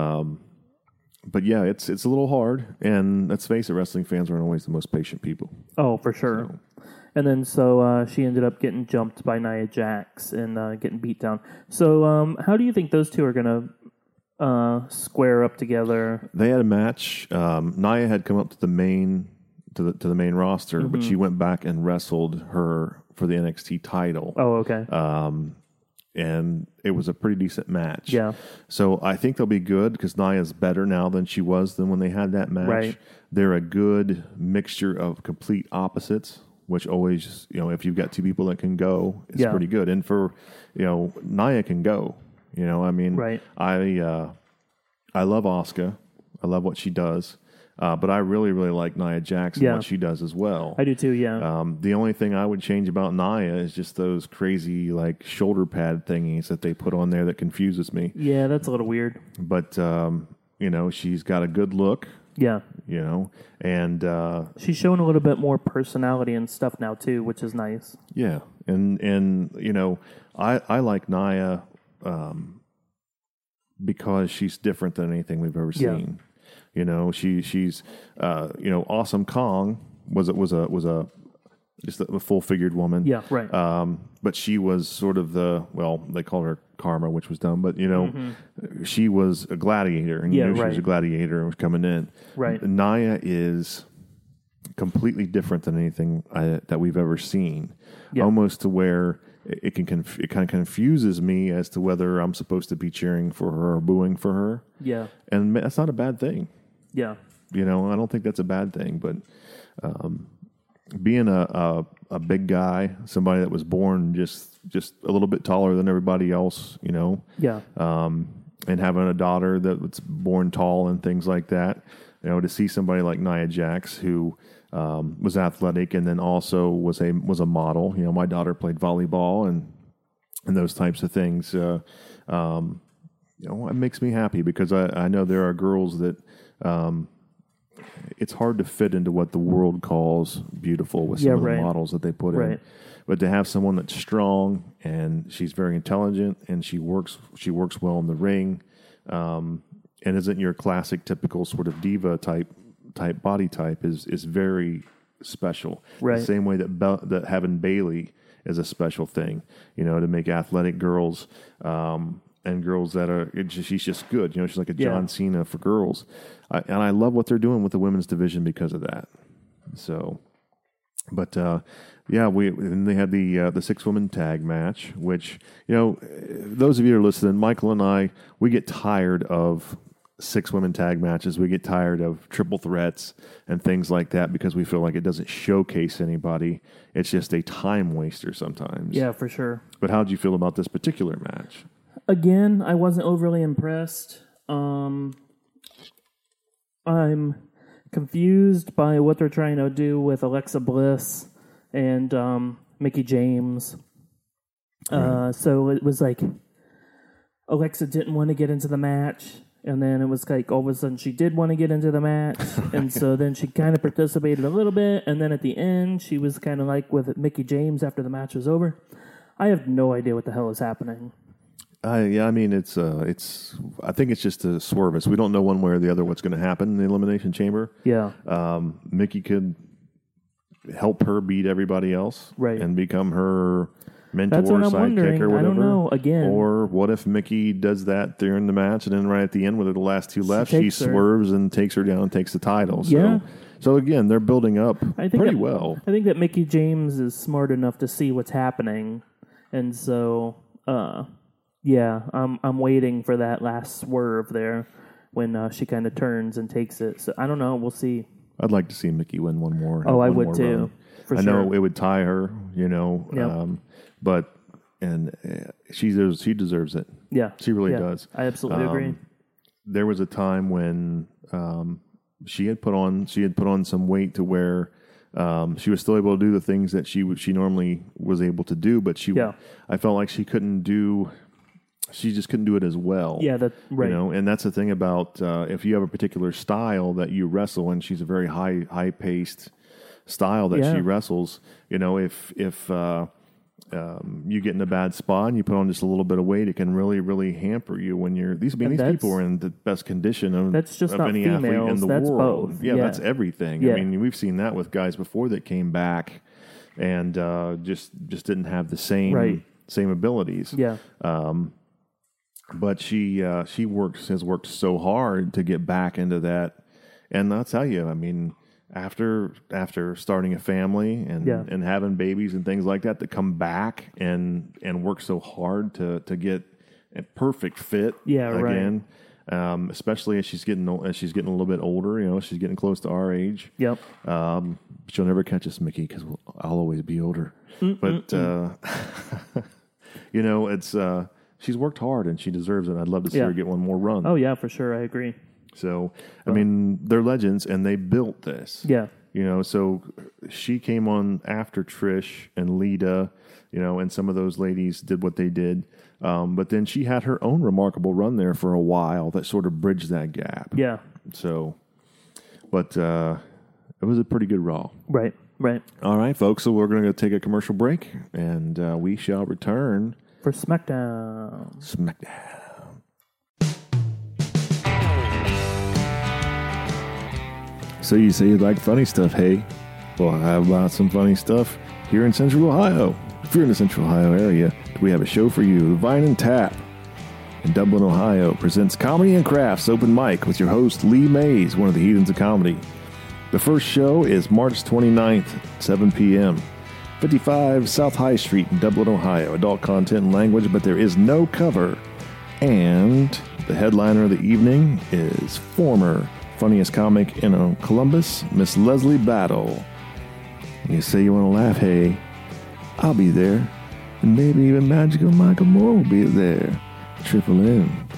but yeah, it's it's a little hard, and let's face it, wrestling fans aren't always the most patient people. oh, for sure. And then so uh, she ended up getting jumped by Nia Jax and uh, getting beat down. So um, how do you think those two are gonna uh, square up together? They had a match. Um, Nia had come up to the main to the to the main roster, but she went back and wrestled her for the NXT title, Oh, okay. and it was a pretty decent match. Yeah. So I think they'll be good because Nia's better now than she was than when they had that match. Right. They're a good mixture of complete opposites, which always, you know, if you've got two people that can go, it's Yeah. pretty good. And for, you know, Nia can go. You know, I mean, Right. I uh, I love Oscar. I love what she does. Uh, but I really, really like Nia Jackson, Yeah. what she does as well. I do too. Yeah, Um, the only thing I would change about Naya is just those crazy like shoulder pad thingies that they put on there that confuses me. yeah, that's a little weird. But um, you know, she's got a good look, Yeah, you know, and uh, she's showing a little bit more personality and stuff now too, which is nice. yeah, and and you know, I I like Naya um, because she's different than anything we've ever Yeah. seen. You know, she she's uh, you know, awesome Kong was a was a was a just a full figured woman. Yeah, right. Um, but she was sort of the well, they called her karma, which was dumb. But you know, she was a gladiator, and Mm-hmm. Yeah, you knew she was right. a gladiator and was coming in. Right. Naya is completely different than anything I, that we've ever seen. Yeah. Almost to where it, it can conf- it kind of confuses me as to whether I'm supposed to be cheering for her or booing for her, yeah, and that's not a bad thing yeah, you know i don't think that's a bad thing but um, being a, a, a big guy somebody that was born just just a little bit taller than everybody else you know yeah, um, and having a daughter that was born tall and things like that you know to see somebody like nia jax who um, was athletic and then also was a was a model you know my daughter played volleyball and and those types of things uh, um, you know it makes me happy because i, I know there are girls that um, it's hard to fit into what the world calls beautiful with some Yeah, of the right. models that they put in. Right. But to have someone that's strong and she's very intelligent and she works she works well in the ring, um, and isn't your classic typical sort of diva type type body type is is very special. Right. The same way that Bel that having Bailey is a special thing, you know, to make athletic girls um, and girls that are it, just- she's just good. You know, she's like a Yeah. John Cena for girls, I, and I love what they're doing with the women's division because of that. So, but uh, yeah, we and they had the uh, the six woman tag match, which you know, those of you who are listening, Michael and I, we get tired of six women tag matches. We get tired of triple threats and things like that because we feel like it doesn't showcase anybody. It's just a time waster sometimes. yeah, for sure. But how would you feel about this particular match? again, I wasn't overly impressed. Um, I'm confused by what they're trying to do with Alexa Bliss and um, Mickey James. Uh, so it was like Alexa didn't want to get into the match. And then it was like all of a sudden she did want to get into the match. And so then she kind of participated a little bit. And then at the end, she was kind of like with Mickey James after the match was over. I have no idea what the hell is happening. Uh, yeah, I mean it's uh, it's I think it's just a swerve. It's, we don't know one way or the other what's going to happen in the elimination chamber. Yeah. Um, Mickey could help her beat everybody else, Right. and become her mentor, That's what I'm sidekick, wondering. or whatever. I don't know. Again, Or what if Mickey does that during the match, and then right at the end, with the last two left, she, takes her. swerves and takes her down and takes the title. So, Yeah. so again, they're building up I think pretty that- well. I think that Mickey James is smart enough to see what's happening, and so uh, yeah, I'm I'm waiting for that last swerve there when uh, she kind of turns and takes it. So I don't know. We'll see. I'd like to see Mickey win one more. Oh, I one would more too, run. for I know sure. it would tie her, you know, Yep. um, but and uh, she deserves, she deserves it. Yeah, She really Yeah. does. Um, I absolutely agree. There was a time when um, she had put on she had put on some weight to where um, she was still able to do the things that she would- she normally was able to do, but she Yeah. I felt like she couldn't do she just couldn't do it as well. Yeah, that right. You know, and that's the thing about uh, if you have a particular style that you wrestle, and she's a very high high paced style that Yeah. she wrestles. You know, if if uh, um, you get in a bad spot and you put on just a little bit of weight, it can really really hamper you when you're these. I mean, And these that's- people are in the best condition of, That's just of not any athlete in females, the that's world. both. Yeah, Yeah. that's everything. Yeah. I mean, we've seen that with guys before that came back and uh, just just didn't have the same Right. same abilities yeah, but she uh, she works has worked so hard to get back into that and i'll tell you i mean after after starting a family and Yeah. and having babies and things like that to come back and and work so hard to to get a perfect fit Yeah, right. again um, especially as she's getting ol- as she's getting a little bit older you know she's getting close to our age yep, um, she'll never catch us, Mickey, because we'll, I'll always be older. But uh, you know, it's uh, she's worked hard and she deserves it. I'd love to see Yeah. her get one more run. Oh yeah, for sure. I agree. So, I mean, they're legends and they built this. Yeah. You know, so she came on after Trish and Lita, you know, and some of those ladies did what they did. Um, but then she had her own remarkable run there for a while that sort of bridged that gap. Yeah. So, but uh, it was a pretty good Raw. Right. Right. All right, folks. So we're going to go take a commercial break and uh, we shall return. For SmackDown. SmackDown. So you say you like funny stuff, hey? Well, how about some funny stuff here in Central Ohio? If you're in the Central Ohio area, we have a show for you, The Vine and Tap. In Dublin, Ohio, presents Comedy and Crafts Open Mic with your host Lee Mays, one of the heathens of comedy. The first show is March 29th, 7 p.m. 55 South High Street in Dublin, Ohio. Adult content and language, but there is no cover. And the headliner of the evening is former funniest comic in uh, Columbus, Miss Leslie Battle. You say you want to laugh, hey? I'll be there. And maybe even Magical Michael Moore will be there. Triple M.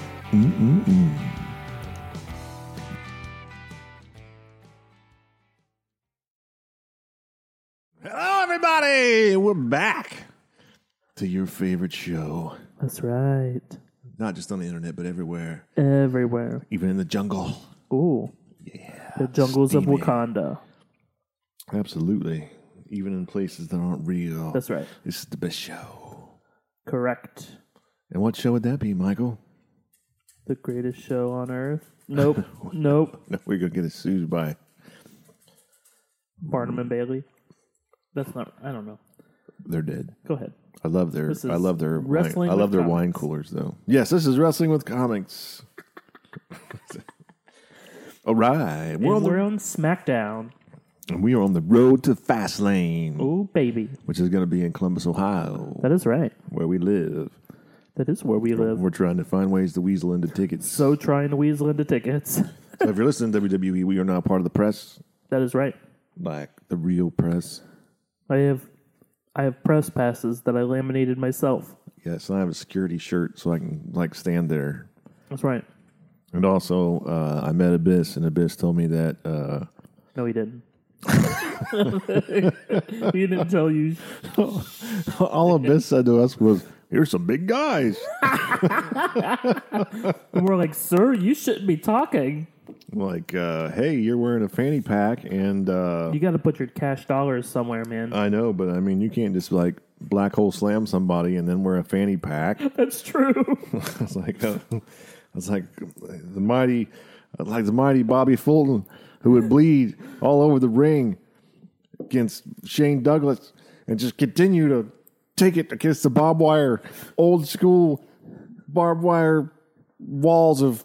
Hello, everybody. We're back. To your favorite show. That's right. Not just on the internet, but everywhere. Everywhere. Even in the jungle. Ooh. The jungles steamy. of Wakanda. Absolutely. Even in places that aren't real. That's right. This is the best show. Correct. And what show would that be, Michael? The greatest show on earth. Nope. nope. No, we're gonna get sued by Barnum and Bailey. That's not. I don't know. they're dead. Go ahead. I love their This is I love their wine, Wrestling I love with their wine Comics. coolers though. Yes, this is wrestling with comics. All right, We're we're on, on the, SmackDown. and we are on the road to Fast Lane, Oh baby, which is going to be in Columbus, Ohio, that is right. where we live. That is where we live. We're trying to find ways to weasel into tickets. So So trying to weasel into tickets. if you're listening to WWE, we are now part of the press, that is right. like the real press. I have, I have press passes that I laminated myself. Yes, and I have a security shirt so I can like stand there That's right. And also, uh, I met Abyss, and Abyss told me that uh, No, he didn't. he didn't tell you. all Abyss said to us was, "You're some big guys." And we're like, sir, you shouldn't be talking. like, uh, hey, you're wearing a fanny pack, and uh, You got to put your cash dollars somewhere, man. I know, but I mean, you can't just like black hole slam somebody and then wear a fanny pack. I That's true. was like, uh, I was like the mighty, like the mighty Bobby Fulton, who would bleed all over the ring against Shane Douglas, and just continue to take it against the barbed wire, old school barbed wire walls of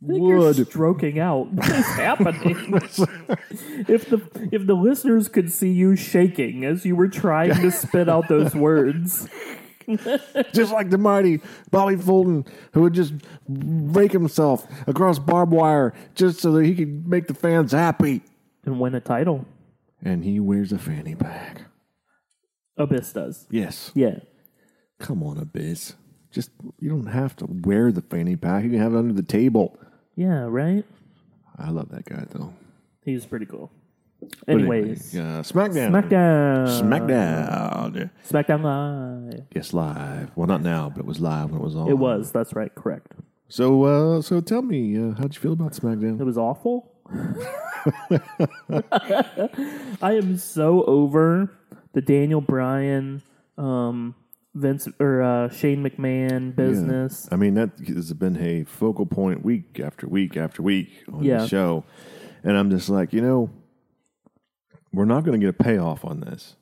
You're wood. stroking out. What is happening? if the if the listeners could see you shaking as you were trying to spit out those words, just like the mighty Bobby Fulton, who would just rake himself across barbed wire just so that he could make the fans happy. and win a title, And he wears a fanny pack. Abyss does. Yes. Yeah, Come on, Abyss. Just, you don't have to wear the fanny pack. You can have it under the table. yeah, right. I love that guy, though. He's pretty cool. But anyway, Anyways, uh, SmackDown. SmackDown, SmackDown. SmackDown Live. Yes, live. Well, not now, but it was live when it was on. It was. That's right. Correct. So, uh, so tell me, uh, how'd you feel about It SmackDown? was awful. I am so over the Daniel Bryan, um, Vince or uh, Shane McMahon business. I mean, that has been a focal point week after week after week on Yeah. the show. And I'm just like, you know, we're not going to get a payoff on this.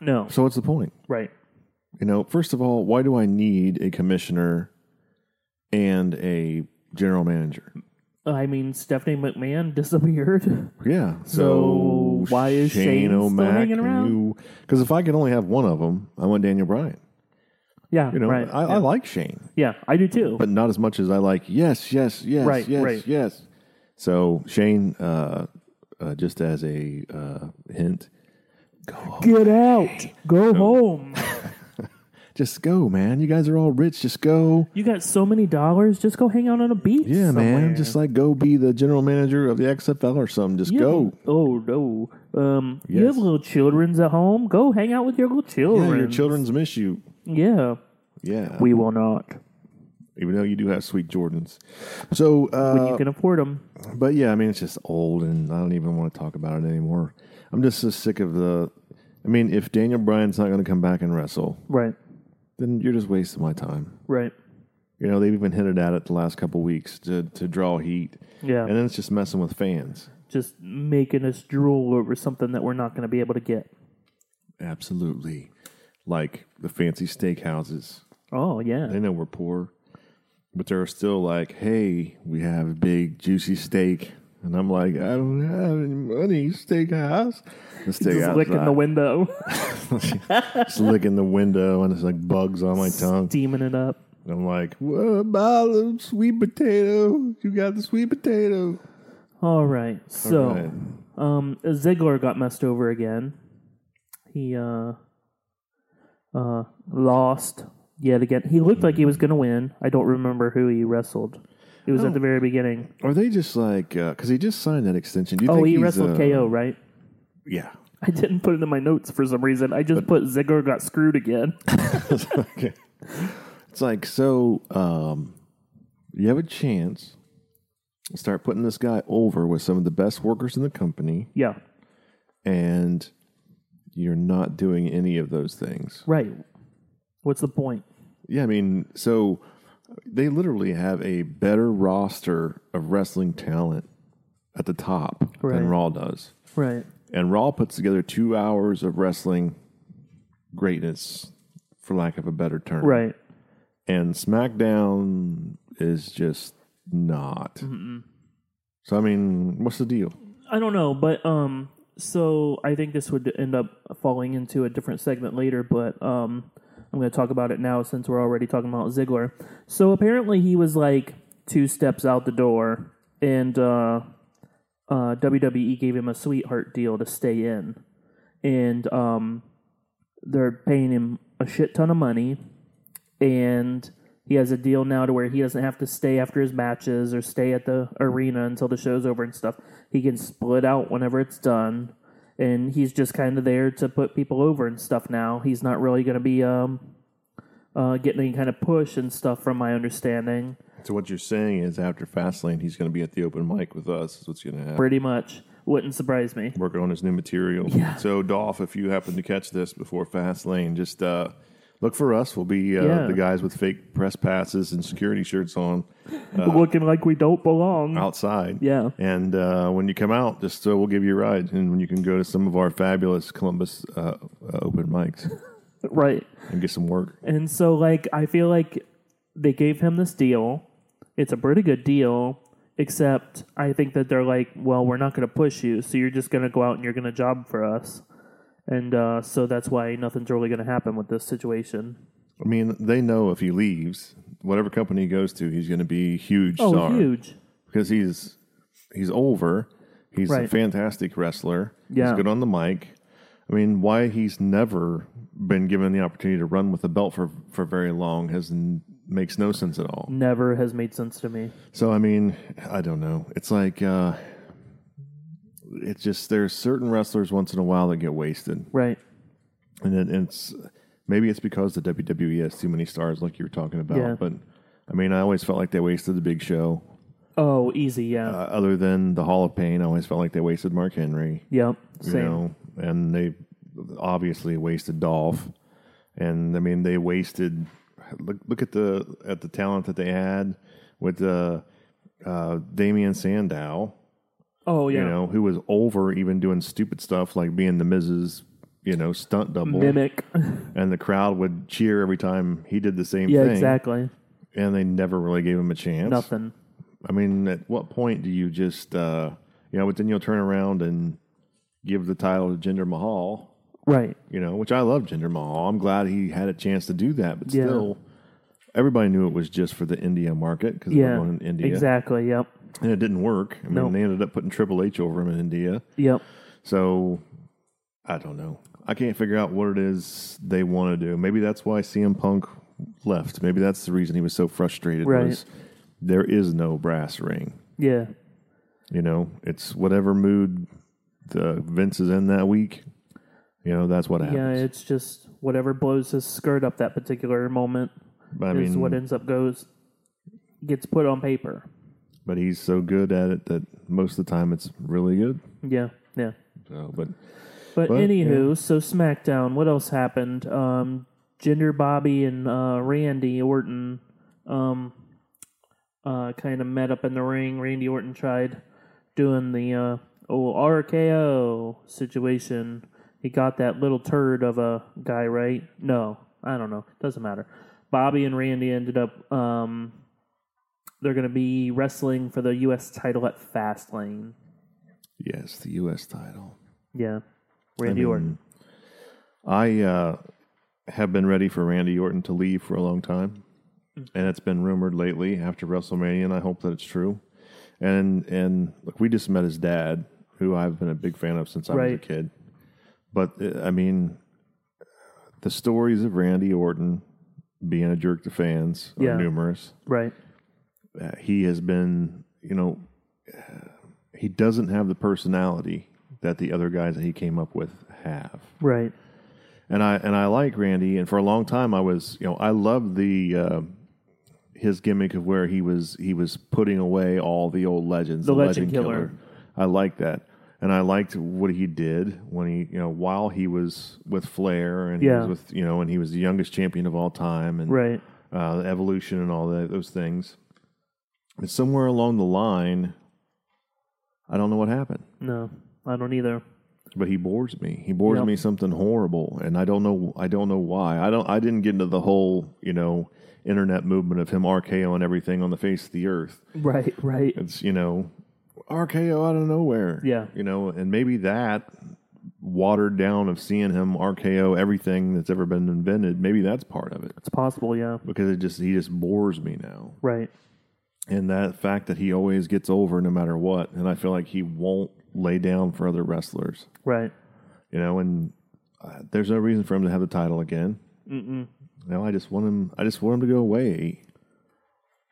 No, So what's the point? right, You know, first of all, why do I need a commissioner and a general manager? I mean, Stephanie McMahon disappeared. Yeah. So why is Shane still hanging around? Because if I could only have one of them, I want Daniel Bryan. yeah, You know, right. I, yeah. I like Shane, yeah, I do too. but not as much as I like yes, yes, yes, Right, yes, right. yes. So Shane, uh, uh, just as a uh, hint, Get out, go home. just go, man. You guys are all rich. Just go. You got so many dollars, just go hang out on a beach. Yeah, somewhere. man. Just like go be the general manager of the XFL or something. Just You have- go. Oh no. Um, you Yes. have little children's at home. Go hang out with your little children. Yeah, your children's miss you. Yeah. Yeah. we will not. even though you do have sweet Jordans. So, When uh, you can afford them. but yeah, I mean, it's just old, and I don't even want to talk about it anymore. I'm just so sick of the. I mean, if Daniel Bryan's not going to come back and wrestle, Right. then you're just wasting my time. Right. You know, they've even hinted at it the last couple weeks to to draw heat, Yeah. and then it's just messing with fans. just making us drool over something that we're not going to be able to get. Absolutely, like the fancy steakhouses. Oh yeah. They know we're poor, but they're still like, "Hey, we have a big juicy steak." And I'm like, I don't have any money, steakhouse. The just steakhouse licking the window, just licking the window, and it's like bugs on my tongue. steaming it up. And I'm like, what about a sweet potato? You got the sweet potato. All right. So, Right. um, Ziggler got messed over again. He uh, uh, lost yet again. He looked like he was going to win. I don't remember who he wrestled. It was Oh. at the very beginning. Are they just like, because he just signed that extension. Do you Oh, think he he's, wrestled uh, KO, right? Yeah. I didn't put it in my notes for some reason. I just put Ziggler got screwed again. okay. It's like, so um, you have a chance to start putting this guy over with some of the best workers in the company, yeah, and you're not doing any of those things. right. What's the point? Yeah, I mean, so they literally have a better roster of wrestling talent at the top Right. than Raw does. Right. And Raw puts together two hours of wrestling greatness, for lack of a better term. Right. And SmackDown is just not. So, I mean, what's the deal? I don't know, but um, so I think this would end up falling into a different segment later, but um, I'm going to talk about it now since we're already talking about Ziggler. So apparently he was like two steps out the door, and uh, uh, WWE gave him a sweetheart deal to stay in, and um, they're paying him a shit ton of money, and he has a deal now to where he doesn't have to stay after his matches or stay at the arena until the show's over and stuff. He can split out whenever it's done, and he's just kind of there to put people over and stuff. Now he's not really going to be um, uh, getting any kind of push and stuff, from my understanding. So, what you're saying is after Fastlane, he's going to be at the open mic with us, is what's going to happen. Pretty much, wouldn't surprise me. working on his new material. Yeah. So, Dolph, if you happen to catch this before Fastlane, just uh, look for us. We'll be uh, Yeah. the guys with fake press passes and security shirts on Looking like we don't belong. uh, outside. Yeah. And uh, when you come out, just uh, we'll give you a ride, and when you can go to some of our fabulous Columbus uh, uh, open mics right. and get some work. And so, like, I feel like they gave him this deal. It's a pretty good deal, except I think that they're like, well, we're not going to push you, so you're just going to go out and you're going to job for us. And uh, so that's why nothing's really going to happen with this situation. I mean, they know if he leaves, whatever company he goes to, he's going to be a huge Oh, star huge. because he's he's over. He's a Right. fantastic wrestler. Yeah. He's good on the mic. I mean, why he's never been given the opportunity to run with the belt for, for very long has n- makes no sense at all. Never has made sense to me. So I mean, I don't know. It's like uh it's just there's certain wrestlers once in a while that get wasted. Right. And it, it's maybe it's because the WWE has too many stars like you were talking about, Yeah. but I mean, I always felt like they wasted the big show. Oh, easy. Yeah. Uh, other than the Hall of Pain, I always felt like they wasted Mark Henry. yep. you Same. know, and they obviously wasted Dolph, and I mean they wasted. Look, look at the at the talent that they had with uh, uh, Damian Sandow, oh, yeah. you know, who was over even doing stupid stuff like being the Mrs. You know, stunt double, Mimic. and the crowd would cheer every time he did the same yeah, thing. exactly. And they never really gave him a chance. Nothing. I mean, at what point do you just, uh, you know, but then you'll turn around and give the title to Jinder Mahal, Right. you know, which I love Jinder Mahal. I'm glad he had a chance to do that, but Yeah. still, everybody knew it was just for the India market because Yeah. they were going in India, Exactly. Yep. and it didn't work. I mean, No. they ended up putting Triple H over him in India, Yep. so I don't know. I can't figure out what it is they want to do. Maybe that's why CM Punk left. Maybe that's the reason he was so frustrated. Right. Was there is no brass ring. Yeah. You know, it's whatever mood the Vince is in that week. You know, that's what Yeah, happens. it's just whatever blows his skirt up that particular moment But I is mean, what ends up goes gets put on paper. but he's so good at it that most of the time it's really good. Yeah, yeah. So, but But, But, anywho, so SmackDown, what else happened? Um, Jinder Bobby and uh, Randy Orton um, uh, kind of met up in the ring. Randy Orton tried doing the uh, old RKO situation. He got that little turd of a guy, right? No, I don't know. Doesn't matter. Bobby and Randy ended up. Um, they're going to be wrestling for the U.S. title at Fastlane. yes, the U.S. title. Yeah, Randy Orton. I uh, have been ready for Randy Orton to leave for a long time, and it's been rumored lately after WrestleMania, and I hope that it's true. And and look, we just met his dad, who I've been a big fan of since I was a Right. kid. But uh, I mean, the stories of Randy Orton being a jerk to fans are Yeah. numerous Right. uh, he has been, you know, uh, he doesn't have the personality that the other guys that he came up with have. Right. And I and I like Randy, and for a long time I was, you know, I loved the uh, his gimmick of where he was he was putting away all the old legends, The legend killer. I liked that. And I liked what he did when he, you know, while he was with Flair and Yeah. he was with, you know, and he was the youngest champion of all time, and Right. uh, the evolution and all that, those things. But somewhere along the line, I don't know what happened, No, I don't either. but he bores me. He bores Yep. me something horrible, and I don't know. I don't know why. I don't. I didn't get into the whole you know internet movement of him RKO and everything on the face of the earth. Right, right. It's you know RKO out of nowhere. Yeah. you know, and maybe that watered down of seeing him RKO everything that's ever been invented. Maybe that's part of it It's possible, yeah. because it just he just bores me now. Right. and that fact that he always gets over no matter what and i feel like he won't lay down for other wrestlers Right. you know and uh, there's no reason for him to have the title again Mm-mm. you know i just want him i just want him to go away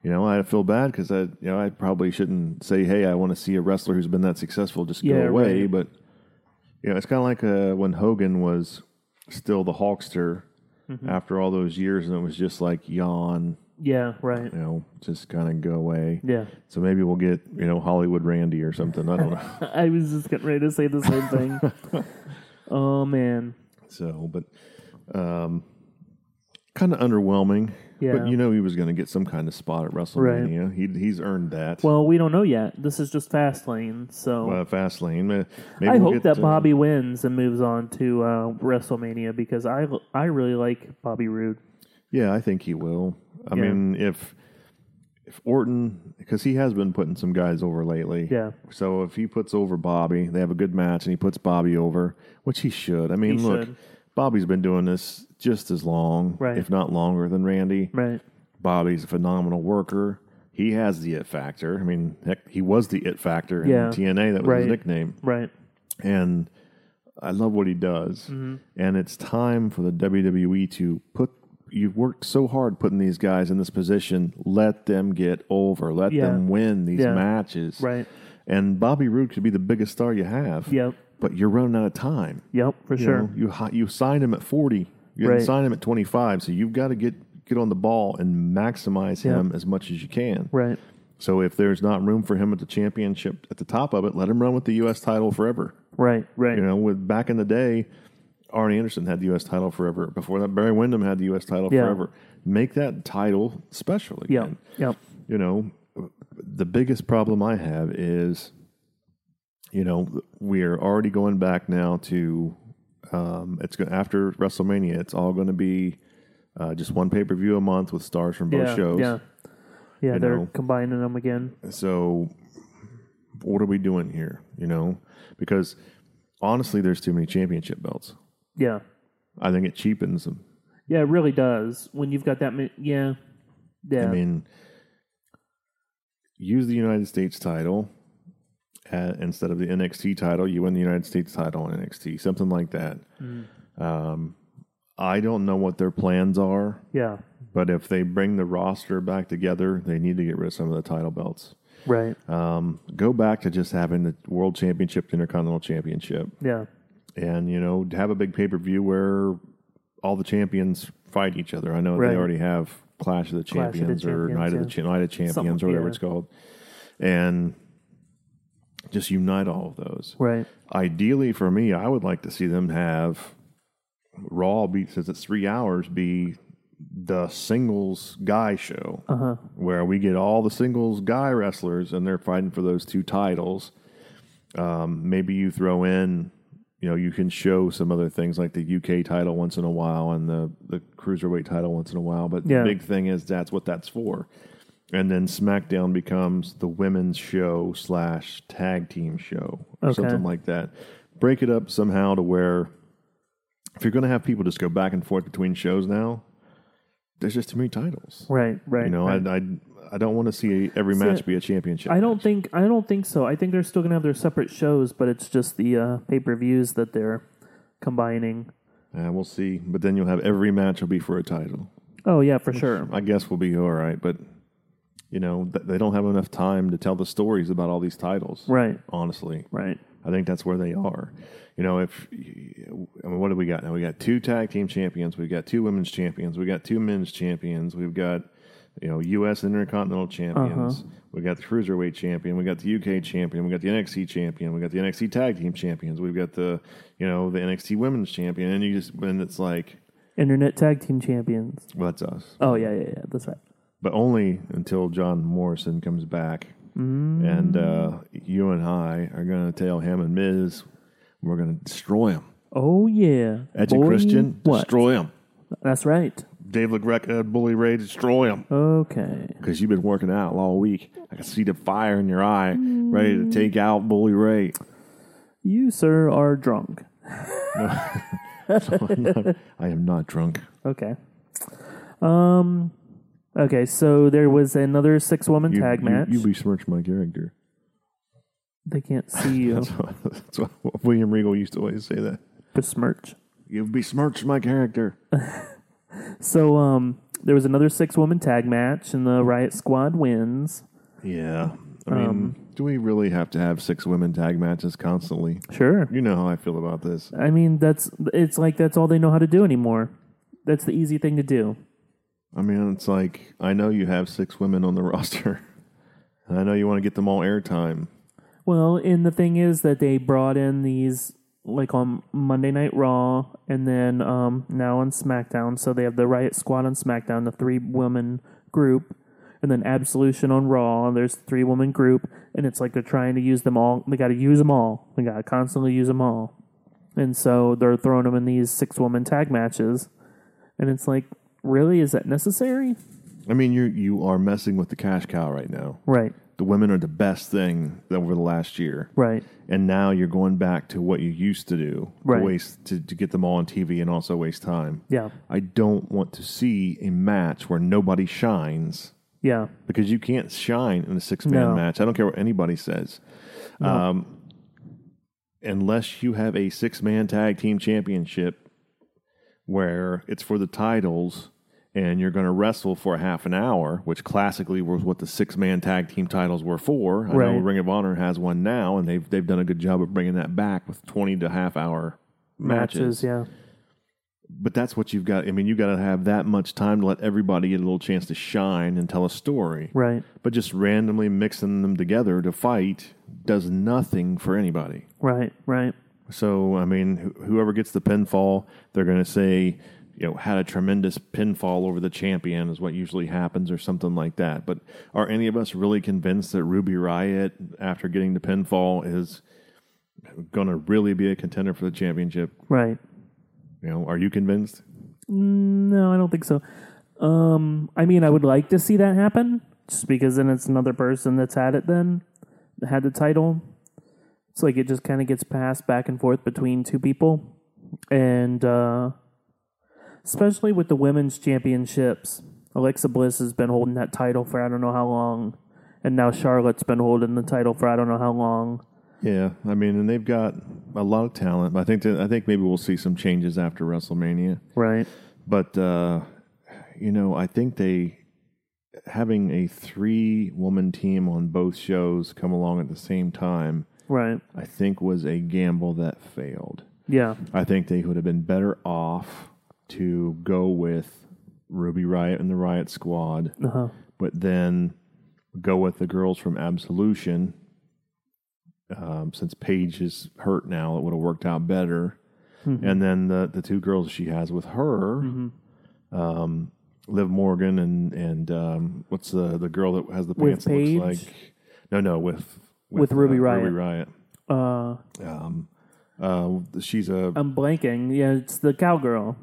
you know i feel bad because i you know i probably shouldn't say hey i want to see a wrestler who's been that successful just Yeah, go away right. but you know it's kind of like uh, when hogan was still the hulkster Mm-hmm. after all those years and it was just like yawn Yeah, right. you know just kind of go away Yeah. so maybe we'll get you know Hollywood Randy or something. I don't know. I was just getting ready to say the same thing. oh, man. so, but um, kind of underwhelming. Yeah. But you know he was going to get some kind of spot at WrestleMania. He he's earned that. Well, we don't know yet. This is just Fastlane, so uh, Fastlane. Uh, Maybe I we'll hope get, that uh, Bobby wins and moves on to uh, WrestleMania because I, I really like Bobby Roode. Yeah, I think he will. I Yeah. mean, if if Orton, because he has been putting some guys over lately. Yeah. So if he puts over Bobby, they have a good match, and he puts Bobby over, which he should. I mean, He look, should. Bobby's been doing this just as long, Right. if not longer, than Randy. Right. Bobby's a phenomenal worker. He has the it factor. I mean, heck, he was the it factor in Yeah. TNA. That was Right. his nickname Right. and I love what he does. Mm-hmm. And it's time for the WWE to put. You've worked so hard putting these guys in this position. Let them get over. Let Yeah. them win these Yeah. matches. Right. And Bobby Roode could be the biggest star you have. Yep. But you're running out of time. Yep, for You sure. know, you hi- you signed him at 40. You didn't Right. sign him at 25. So you've got to get get on the ball and maximize him as much as you can. Right. So if there's not room for him at the championship at the top of it, let him run with the U.S. title forever. Right. Right. You know, with back in the day, Arnie Anderson had the U.S. title forever. Before that, Barry Windham had the U.S. title Yeah. forever. Make that title special Yep. again. Yep. You know, the biggest problem I have is, you know, we are already going back now to um, it's go- after WrestleMania. It's all going to be uh, just one pay per view a month with stars from both yeah, shows. Yeah. Yeah, you they're know. combining them again. So, what are we doing here? You know, because honestly, there's too many championship belts. Yeah. I think it cheapens them. Yeah, it really does. When you've got that many, yeah, yeah, I mean, use the United States title uh, instead of the NXT title. You win the United States title on NXT, something like that. Um, I don't know what their plans are, Yeah. but if they bring the roster back together, they need to get rid of some of the title belts. Right. Um, go back to just having the World Championship, the Intercontinental Championship, Yeah. and you know have a big pay per view where all the champions fight each other. I know Right. they already have Clash of the Clash of the Champions or Champions, Night of the yeah. Cha- Night of Champions Something, or whatever yeah. it's called, and just unite all of those. Right. Ideally, for me, I would like to see them have Raw beat since it's three hours be the singles guy show Uh huh. where we get all the singles guy wrestlers and they're fighting for those two titles. Um, maybe you throw in, you know, you can show some other things like the UK title once in a while and the, the cruiserweight title once in a while. But Yeah. the big thing is that's what that's for. And then SmackDown becomes the women's show slash tag team show or Okay. something like that. Break it up somehow to where if you're going to have people just go back and forth between shows now, there's just too many titles. Right. Right. You know, right. I, I I don't want to see every See, match be a championship. I don't think I don't think so. I think they're still gonna have their separate shows, but it's just the uh, pay per views that they're combining. Uh, we'll see, but then you'll have every match will be for a title. Oh yeah, for sure. I guess we'll be all right, but you know th- they don't have enough time to tell the stories about all these titles. Right. Honestly, Right. I think that's where they are. You know, if I mean, what do we got now? We got two tag team champions. We've got two women's champions. We got two men's champions. We've got you know U.S. Intercontinental champions. We got the cruiserweight champion. We got the UK champion. We got the NXT champion. We got the NXT tag team champions. We've got the you know the NXT women's champion. And you just and it's like Internet tag team champions. well that's us, Oh yeah, yeah, yeah. That's right. but only until John Morrison comes back. And uh, you and I are going to tell him and Miz, we're going to destroy him. Oh yeah. Edge and Boy, Christian, What? destroy him. That's right. Dave LaGreca, Bully Ray, destroy him. Okay. Because you've been working out all week. I can see the fire in your eye, ready to take out Bully Ray. You sir are drunk. I am not drunk. Okay. Um. Okay, so there was another six woman You, tag you, match. You besmirch my character. they can't see you. That's what, that's what William Regal used to always say that. Besmirch. You've besmirched my character. So um, there was another six woman tag match, and the Riot Squad wins. Yeah. I mean, Um, do we really have to have six women tag matches constantly? Sure. You know how I feel about this. I mean, that's it's like that's all they know how to do anymore. That's the easy thing to do. I mean, it's like I know you have six women on the roster. And I know you want to get them all airtime. Well, and the thing is that they brought in these like on Monday Night Raw, and then um, now on SmackDown. So they have the Riot Squad on SmackDown, the three women group, and then Absolution on Raw. And there's the three women group, and it's like they're trying to use them all. They got to use them all. They got to constantly use them all, and so they're throwing them in these six woman tag matches, and it's like, really, is that necessary? I mean, you you are messing with the cash cow right now. Right, The women are the best thing over the last year, right, and now you're going back to what you used to do, Right. To waste to, to get them all on TV and also waste time. yeah, I don't want to see a match where nobody shines yeah, because you can't shine in a six man No. match. I don't care what anybody says. Um, unless you have a six man tag team championship where it's for the titles and you're going to wrestle for a half an hour, which classically was what the six man tag team titles were for. I know Right. Ring of Honor has one now, and they've, they've done a good job of bringing that back with 20 to half hour matches. matches yeah. But that's what you've got. I mean, you've got to have that much time to let everybody get a little chance to shine and tell a story Right, but just randomly mixing them together to fight does nothing for anybody. right, right. So, I mean, wh- whoever gets the pinfall, they're going to say, you know, had a tremendous pinfall over the champion is what usually happens or something like that. But are any of us really convinced that Ruby Riot, after getting the pinfall, is going to really be a contender for the championship? Right. You know, are you convinced? No, I don't think so. Um, I mean, I would like to see that happen, just because then it's another person that's had it. Then had the title. It's like it just kind of gets passed back and forth between two people, and uh, especially with the women's championships, Alexa Bliss has been holding that title for I don't know how long, and now Charlotte's been holding the title for I don't know how long. Yeah, I mean, and they've got a lot of talent. I think that, I think maybe we'll see some changes after WrestleMania. Right. But uh, you know, I think they having a three woman team on both shows come along at the same time. Right. I think was a gamble that failed. Yeah. I think they would have been better off to go with Ruby Riot and the Riot Squad, Uh-huh. but then go with the girls from Absolution. Um, since Paige is hurt now, it would have worked out better. Mm-hmm. And then the the two girls she has with her, um, Mm-hmm. Liv Morgan and and um, what's the the girl that has the With pants that looks Paige? like? No, no, with With Ruby Riott. Ruby Riot. Uh, Um, uh, she's a I'm blanking. Yeah, it's the cowgirl.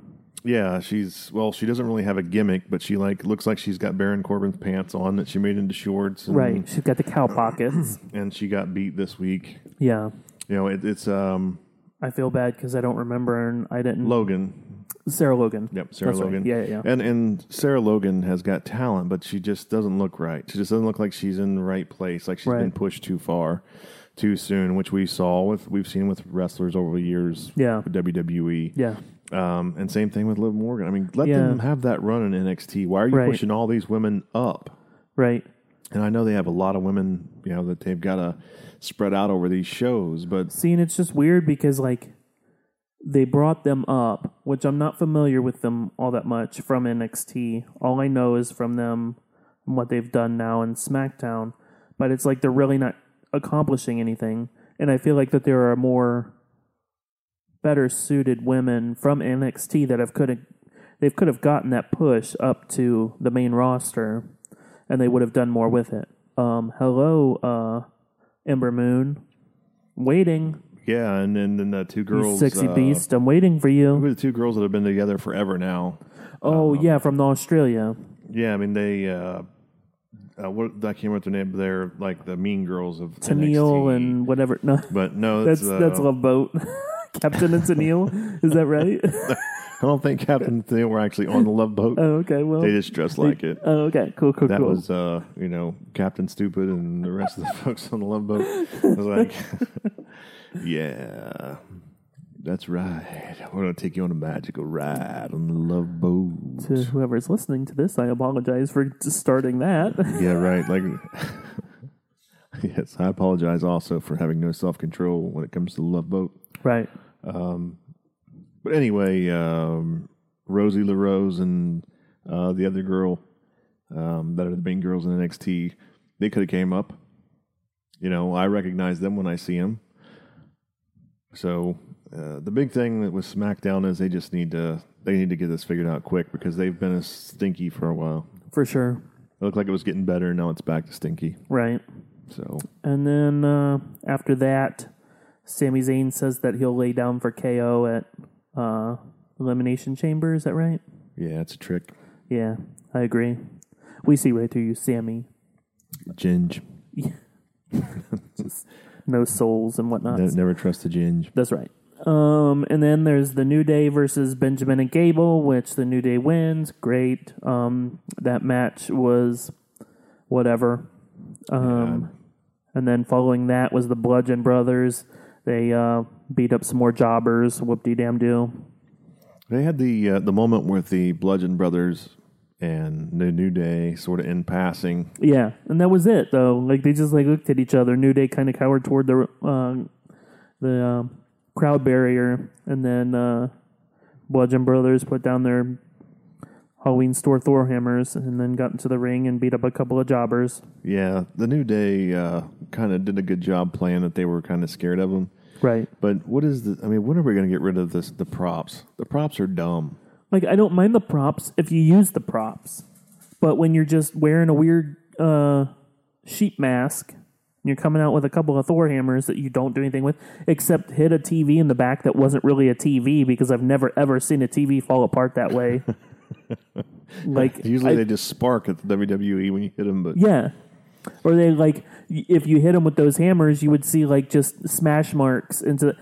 yeah. She's well. She doesn't really have a gimmick, but she like looks like she's got Baron Corbin's pants on that she made into shorts. And, Right. She's got the cow pockets. And she got beat this week. yeah. You know, it, it's um I feel bad because I don't remember and I didn't. Logan. Sarah Logan. Yep, Sarah That's right. Logan. Yeah, yeah, yeah. And and Sarah Logan has got talent, but she just doesn't look right. She just doesn't look like she's in the right place. Like she's been Right. pushed too far, too soon, which we saw with we've seen with wrestlers over the years. Yeah. with WWE. Yeah. Um, and same thing with Liv Morgan. I mean, let Yeah. them have that run in NXT. Why are you Right. pushing all these women up? Right. And I know they have a lot of women, you know, that they've got to spread out over these shows, but See, and it's just weird because like they brought them up, which I'm not familiar with them all that much from NXT. All I know is from them and what they've done now in SmackDown, but it's like they're really not accomplishing anything. And I feel like that there are more better suited women from NXT that have could have they could have gotten that push up to the main roster, and they would have done more with it. Um, hello, uh, Ember Moon, waiting. yeah. And then then the two You girls, sexy uh, beast. I'm waiting for who you. are the two girls that have been together forever now? Oh yeah, from the Australia. Yeah, I mean they. Uh, uh, what I can't remember what their name. but They're like the mean girls of Tennille NXT. and whatever. No, But no, that's that's, uh, that's Love Boat. Captain and Tennille. Is that right? I don't think Captain Tennille were actually on the Love Boat. oh, okay. Well. they just dress like it. oh, okay. Cool. Cool. That cool. was, uh, you know, Captain Stupid and the rest of the folks on the Love Boat. I was like, yeah, that's right. We're going to take you on a magical ride on the Love Boat. to whoever's listening to this, I apologize for just starting that. yeah, right. Like, yes, I apologize also for having no self control when it comes to the Love Boat. right. But anyway, um, Rosie LaRose and uh, the other girl um, that are the main girls in NXT, they could have came up. You know, I recognize them when I see them. So uh, the big thing that with SmackDown is they just need to they need to get this figured out quick because they've been a stinky for a while. For sure. It looked like it was getting better, now it's back to stinky. Right. So And then uh, after that, Sami Zayn says that he'll lay down for KO at uh, Elimination Chamber. Is that right? yeah, it's a trick. Yeah, I agree. We see right through you, Sammy. Ginge, No souls and whatnot. Ne- never trust the ginge. That's right. Um, and then there's the New Day versus Benjamin and Gable, which the New Day wins. Great. Um, that match was whatever. Um, And then following that was the Bludgeon Brothers. They uh, beat up some more jobbers. Whoop de damn do. They had the uh, the moment with the Bludgeon Brothers and the New Day sort of in passing. Yeah, and that was it though. Like they just like looked at each other. New Day kind of cowered toward the uh, the um crowd barrier, and then uh, Bludgeon Brothers put down their Halloween store Thor hammers, and then got into the ring and beat up a couple of jobbers. Yeah, the New Day uh, kind of did a good job playing that they were kind of scared of them. Right. But what is the? I mean, when are we going to get rid of this? The props. The props are dumb. Like I don't mind the props if you use the props, but when you're just wearing a weird uh, sheep mask. and You're coming out with a couple of Thor hammers that you don't do anything with, except hit a TV in the back that wasn't really a TV because I've never ever seen a TV fall apart that way. like Usually I- they just spark at the WWE when you hit them. But yeah. Or they like y- if you hit them with those hammers, you would see like just smash marks into. the,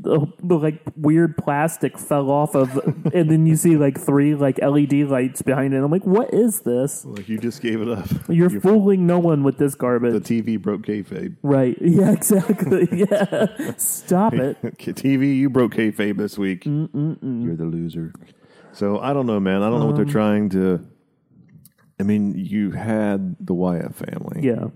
the, the like weird plastic fell off of, and then you see like three like LED lights behind it. I'm like, what is this? Like you just gave it up. You're You- fooling no one with this the garbage, TV broke kayfabe. right? Yeah, exactly. Yeah, stop it. TV, you broke kayfabe this week. You're the loser. So I don't know, man. I don't know Um, what they're trying to. I mean, you had the Wyatt family, Yeah,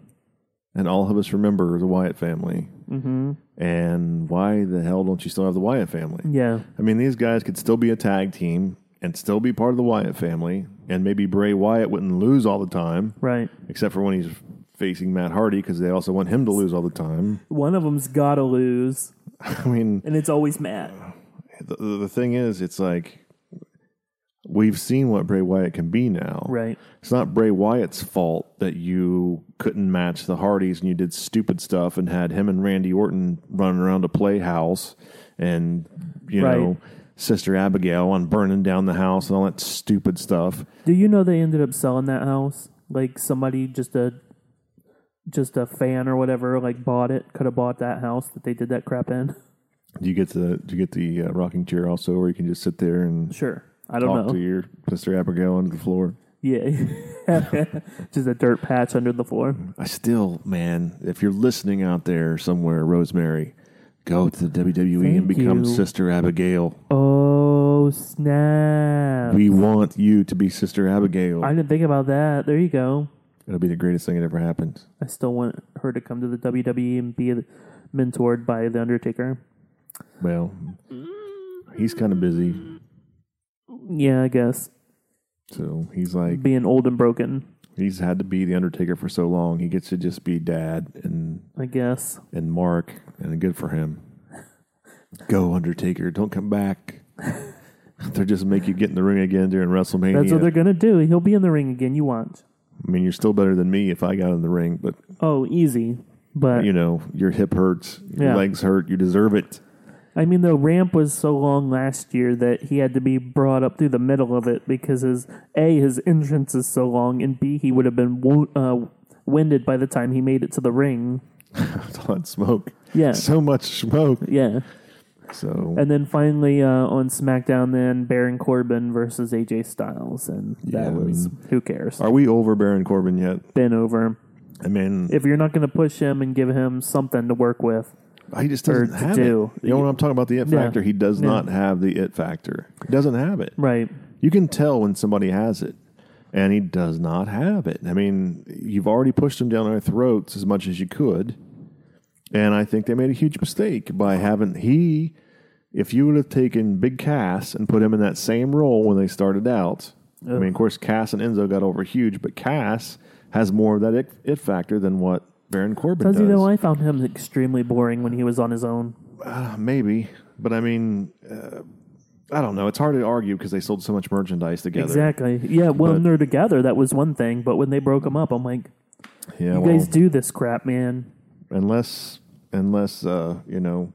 and all of us remember the Wyatt family. Mm-hmm. And why the hell don't you still have the Wyatt family? yeah, I mean, these guys could still be a tag team and still be part of the Wyatt family, and maybe Bray Wyatt wouldn't lose all the time, right. except for when he's facing Matt Hardy because they also want him to lose all the time. One of them's gotta lose, I mean, and it's always Matt. the, the the thing is, it's like we've seen what Bray Wyatt can be now. Right. It's not Bray Wyatt's fault that you couldn't match the Hardys and you did stupid stuff and had him and Randy Orton running around a playhouse and you Right. know Sister Abigail and burning down the house and all that stupid stuff. Do you know they ended up selling that house? Like somebody just a just a fan or whatever like bought it. Could have bought that house that they did that crap in. Do you get the do you get the uh, rocking chair also, or you can just sit there and Sure. I don't talk to know. your Sister Abigail under the floor? Yeah. just a dirt patch under the floor. I still, man, if you're listening out there somewhere, Rosemary, go to the WWE and Thank become you. Sister Abigail. Oh snap. We want you to be Sister Abigail. I didn't think about that. There you go. It'll be the greatest thing that ever happened. I still want her to come to the WWE and be mentored by the Undertaker. Well, he's kind of busy, Yeah, I guess. so he's like Being old and broken, he's had to be the Undertaker for so long. He gets to just be Dad and I guess. and Mark, and good for him. Go Undertaker! Don't come back. They'll just make you get in the ring again during WrestleMania. That's what they're gonna do. He'll be in the ring again, you watch. I mean, you're still better than me if I got in the ring, but Oh, easy. But you know, your hip hurts, your Yeah. legs hurt, you deserve it. I mean, the ramp was so long last year that he had to be brought up through the middle of it because his a his entrance is so long, and b he would have been wo- uh, winded by the time he made it to the ring. It's all that smoke. Yeah. So much smoke. Yeah, So and then finally uh, on SmackDown, then Baron Corbin versus AJ Styles, and Yeah, I that was who cares. are we over Baron Corbin yet? Been over. I mean, If you're not going to push him and give him something to work with, he just doesn't to have do. it. You know what I'm talking about? The it Yeah. factor. He does Yeah. not have the it factor. He doesn't have it. right? You can tell when somebody has it, and he does not have it. I mean, you've already pushed him down our throats as much as you could, and I think they made a huge mistake by having he. If you would have taken Big Cass and put him in that same role when they started out, I mean, of course, Cass and Enzo got over huge, but Cass has more of that it, it factor than what Baron Corbin Does does. he though? I found him extremely boring when he was on his own. Maybe, but I mean, uh, I don't know. It's hard to argue because they sold so much merchandise together. Exactly. Yeah. When But- they're together, that was one thing. But when they broke them up, I'm like, Yeah, you well- guys do this crap, man. unless unless uh, you know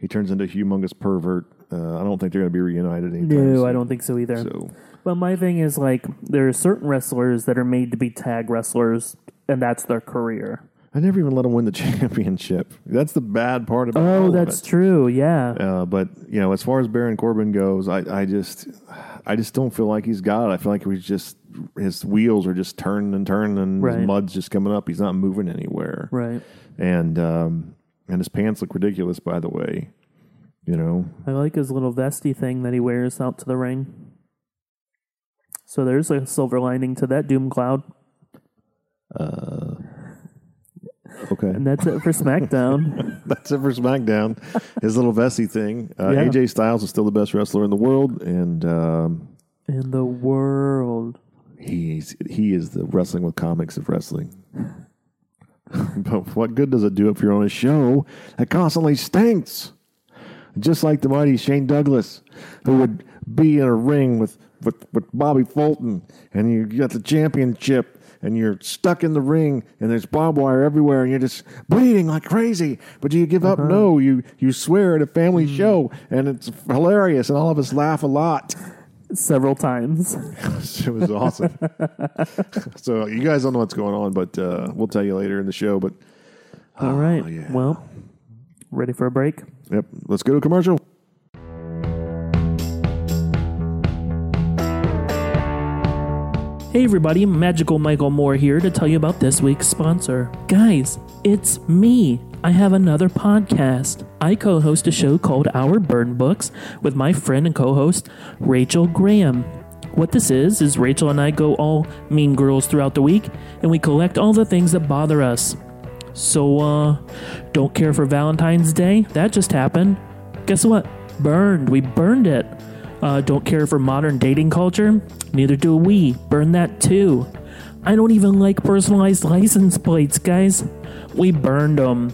he turns into a humongous pervert. Uh, I don't think they're going to be reunited anytime No, soon. I don't think so either. So But my thing is like, there are certain wrestlers that are made to be tag wrestlers, and that's their career. I never even let him win the championship. That's the bad part about. all Oh, of that's it. true. Yeah. Uh, but you know, as far as Baron Corbin goes, I, I just, I just don't feel like he's got it. I feel like he's just his wheels are just turning and turning, and Right. his mud's just coming up. He's not moving anywhere. Right. And um, and his pants look ridiculous, by the way. You know, I like his little vesty thing that he wears out to the ring. So there's a silver lining to that doom cloud. okay. And that's it for SmackDown. That's it for SmackDown. His little Vesey thing. Uh, Yeah. AJ Styles is still the best wrestler in the world, and um, In the world. he's he is the wrestling with comics of wrestling. but what good does it do if you're on a show that constantly stinks? Just like the mighty Shane Douglas, who would be in a ring with, with, with Bobby Fulton, and you got the championship, and you're stuck in the ring, and there's barbed wire everywhere, and you're just bleeding like crazy. But do you give up? No, you, you swear at a family show, and it's hilarious, and all of us laugh a lot. Several times. It was awesome. so you guys don't know what's going on, but uh, we'll tell you later in the show. But All right. yeah. Well, Ready for a break? Yep. Let's go to a commercial. Hey everybody, Magical Michael Moore here to tell you about this week's sponsor. Guys, it's me. I have another podcast. I co host a show called Our Burn Books with my friend and co host, Rachel Graham. What this is, is Rachel and I go all mean girls throughout the week and we collect all the things that bother us. So, uh, don't care for Valentine's Day? That just happened. Guess what? Burned. We burned it. Uh, don't care for modern dating culture? Neither do we. Burn that too. I don't even like personalized license plates, guys. We burned them.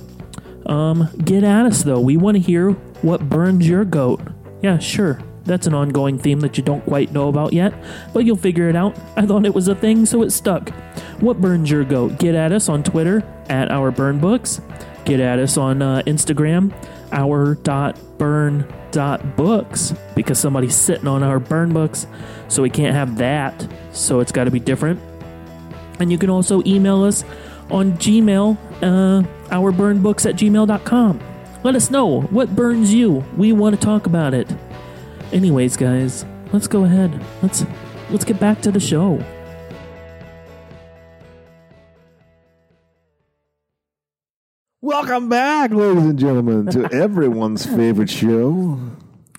Um, get at us though. We want to hear what burns your goat. Yeah, sure. That's an ongoing theme that you don't quite know about yet, but you'll figure it out. I thought it was a thing, so it stuck. What burns your goat? Get at us on Twitter at our burn books. Get at us on uh, Instagram, our dot burn dot books, because somebody's sitting on our burn books, so we can't have that. So it's got to be different. And you can also email us on Gmail, uh, ourburnbooks at gmail.com. Let us know what burns you. We want to talk about it. Anyways, guys, let's go ahead. Let's let's get back to the show. Welcome back. Ladies and gentlemen, to everyone's favorite show,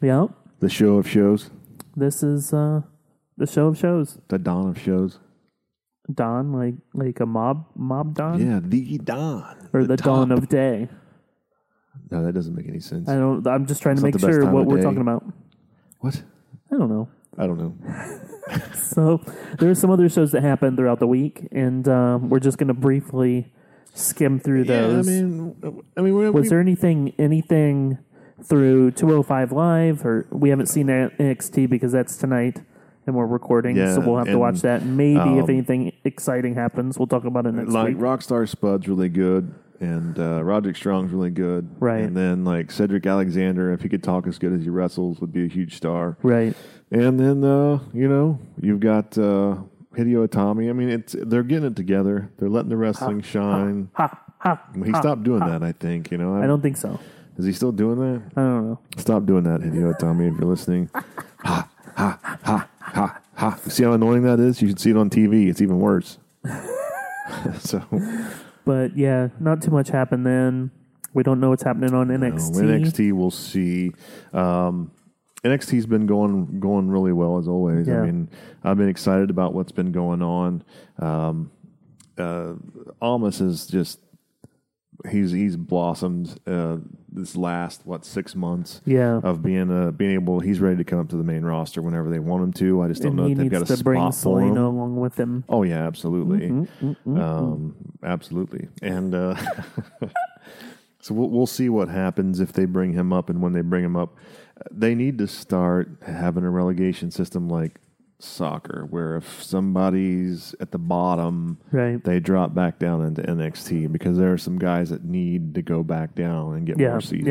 Yep. the show of shows, This is uh the show of shows. the dawn of shows. Dawn, like like a mob mob dawn? Yeah, the dawn. or the, dawn top. of day. No, that doesn't make any sense. I don't I'm just trying to It's not make the best sure time what of we're day. talking about. What? I don't know. I don't know. So there are some other shows that happened throughout the week, and um, we're just going to briefly skim through those. Yeah, I mean, I mean, we, Was there anything anything through 205 Live, or we haven't seen that NXT because that's tonight, and we're recording, Yeah, so we'll have to and, watch that. Maybe if um, anything exciting happens, we'll talk about it next like week. Rockstar Spud's really good, and uh, Roderick Strong's really good, Right. And then like Cedric Alexander, if he could talk as good as he wrestles, would be a huge star. Right, And then uh, you know you've got uh, Hideo Itami. I mean, it's they're getting it together. They're letting the wrestling shine. ha ha. he stopped doing that, I think. You know, I don't Uh. think so. Is he still doing that? I don't know. Stop doing that, Hideo Itami, if you're listening. Ha, ha, ha, ha, ha. See how annoying that is? You should see it on TV. It's even worse. so, But yeah, not too much happened then. We don't know what's happening on NXT, NXT. NXT we'll see. Um, NXT's been going going really well as always. Yeah. I mean, I've been excited about what's been going on. Um, uh, Almas is just he's he's blossomed uh, this last what six months. Yeah. of being uh, being able. He's ready to come up to the main roster whenever they want him to. I just don't and know he if they've got needs a to bring spot for him. Selena along with him. Oh yeah, absolutely, Mm-hmm, um, absolutely, and uh, so we'll, we'll see what happens if they bring him up, and when they bring him up, they need to start having a relegation system like soccer, where if somebody's at the bottom, Right. they drop back down into NXT because there are some guys that need to go back down and get Yeah, more season.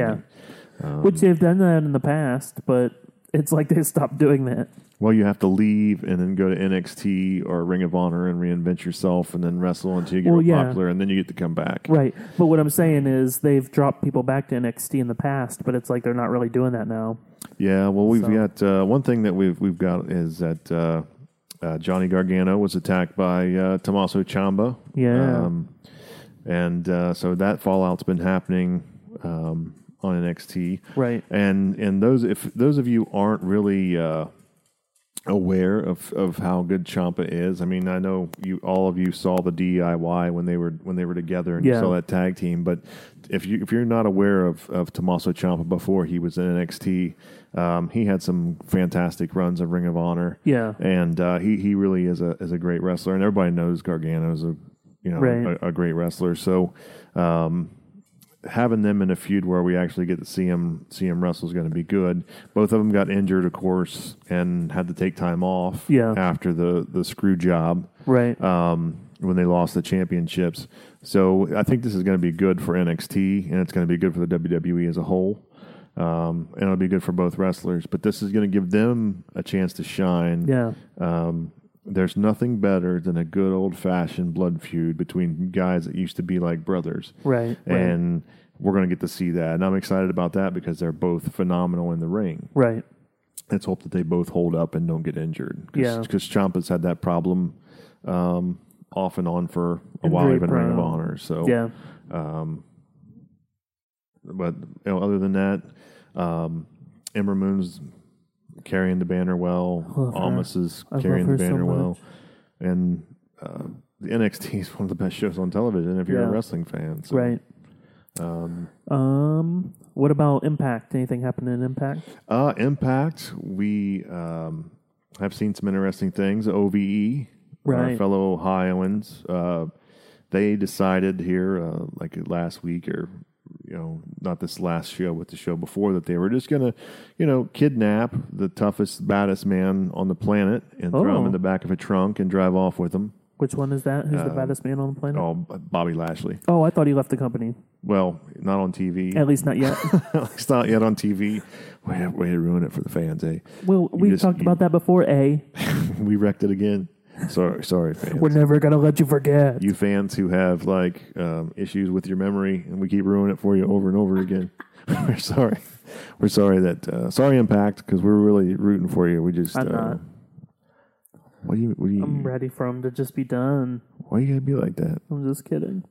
yeah. Which they've done that in the past, but it's like they stopped doing that. Well, you have to leave and then go to NXT or Ring of Honor and reinvent yourself and then wrestle until you get Well, real yeah. popular and then you get to come back. Right. But what I'm saying is they've dropped people back to NXT in the past, but it's like they're not really doing that now. Yeah, well, we've So- got uh, one thing that we've we've got is that uh, uh, Johnny Gargano was attacked by uh, Tommaso Ciampa. Um, Yeah. and uh, so that fallout's been happening um, on NXT. Right. And and those if those of you aren't really uh, aware of, of how good Champa is, I mean, I know you all of you saw the DIY when they were when they were together and Yeah. you saw that tag team. But if you if you're not aware of of Tommaso Ciampa before he was in NXT, um, he had some fantastic runs of Ring of Honor. Yeah. and uh, he he really is a is a great wrestler, and everybody knows Gargano's a you know Right. a, a great wrestler. So. Um, having them in a feud where we actually get to see him see him wrestle is going to be good. Both of them got injured, of course, and had to take time off. Yeah. after the the screw job Right. um, when they lost the championships. So I think this is going to be good for NXT, and it's going to be good for the WWE as a whole. Um, and it'll be good for both wrestlers, but this is going to give them a chance to shine. yeah. Um, there's nothing better than a good old fashioned blood feud between guys that used to be like brothers Right. right. and we're going to get to see that. And I'm excited about that because they're both phenomenal in the ring. Right. Let's hope that they both hold up and don't get injured. Cause, Yeah. Because Ciampa's had that problem um, off and on for a while, Injury even Ring of prone. Honor. So, Yeah. but you know, other than that, um, Ember Moon's carrying the banner well. love her. Almas is love carrying the her so banner well, much. and uh, the NXT is one of the best shows on television if you're a Yeah. wrestling fan. So, Right. Um, What about Impact? Anything happened in Impact? Uh, Impact, we um, have seen some interesting things. OVE, our Right. fellow Ohioans, uh, they decided here, uh, like last week or you know, not this last show, but the show before that, they were just gonna, you know, kidnap the toughest, baddest man on the planet and throw him Oh. in the back of a trunk and drive off with him. Which one is that? Who's the baddest man on the planet? Oh. Uh, Oh, Bobby Lashley. I thought he left the company. Well, not on TV. At least not yet. it's not yet on TV. Way to, way to ruin it for the fans, eh? well, we just- talked you- about that before. A, We wrecked it again. Sorry, sorry, fans. we're never gonna let you forget. you fans who have like um, issues with your memory, and we keep ruining it for you over and over again. we're sorry. We're sorry that uh, sorry impact because we're really rooting for you. We just I'm uh, not. Why do you? What do you? I'm ready for him to just be done. why you gotta be like that? I'm just kidding.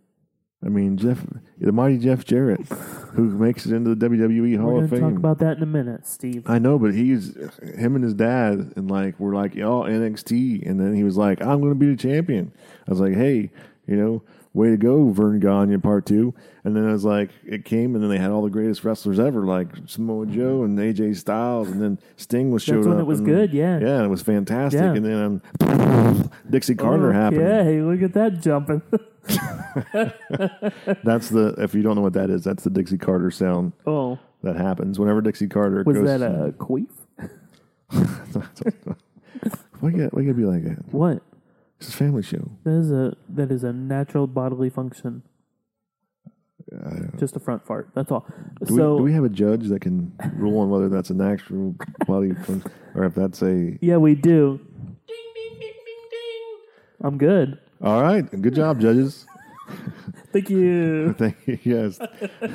I mean, Jeff, the mighty Jeff Jarrett, who makes it into the WWE Hall We're of gonna Fame. talk about that in a minute, Steve. I know, but he's him and his dad, and like we're like y'all NXT, and then he was like, "I'm going to be the champion." I was like, "Hey, you know, way to go, Vern Gagne, part two. And then I was like, it came, and then they had all the greatest wrestlers ever, like Samoa Joe and AJ Styles, and then Sting was showed Mm-hmm. That's when up. it was and- good, yeah. yeah, it was fantastic. Yeah. Oh, And then um, Dixie Carter happened. Yeah, hey, look at that jumping. That's the if you don't know what that is, that's the Dixie Carter sound oh, that happens whenever Dixie Carter was goes. that a queef? why you gotta- why you gotta be like that? What? It's a family show. That is a that is a natural bodily function. Just a front fart. That's all. Do, so we, do we have a judge that can rule on whether that's an actual body function or if that's a. yeah, we do. I'm good. All right. Good job, judges. Thank you. Thank you. Yes.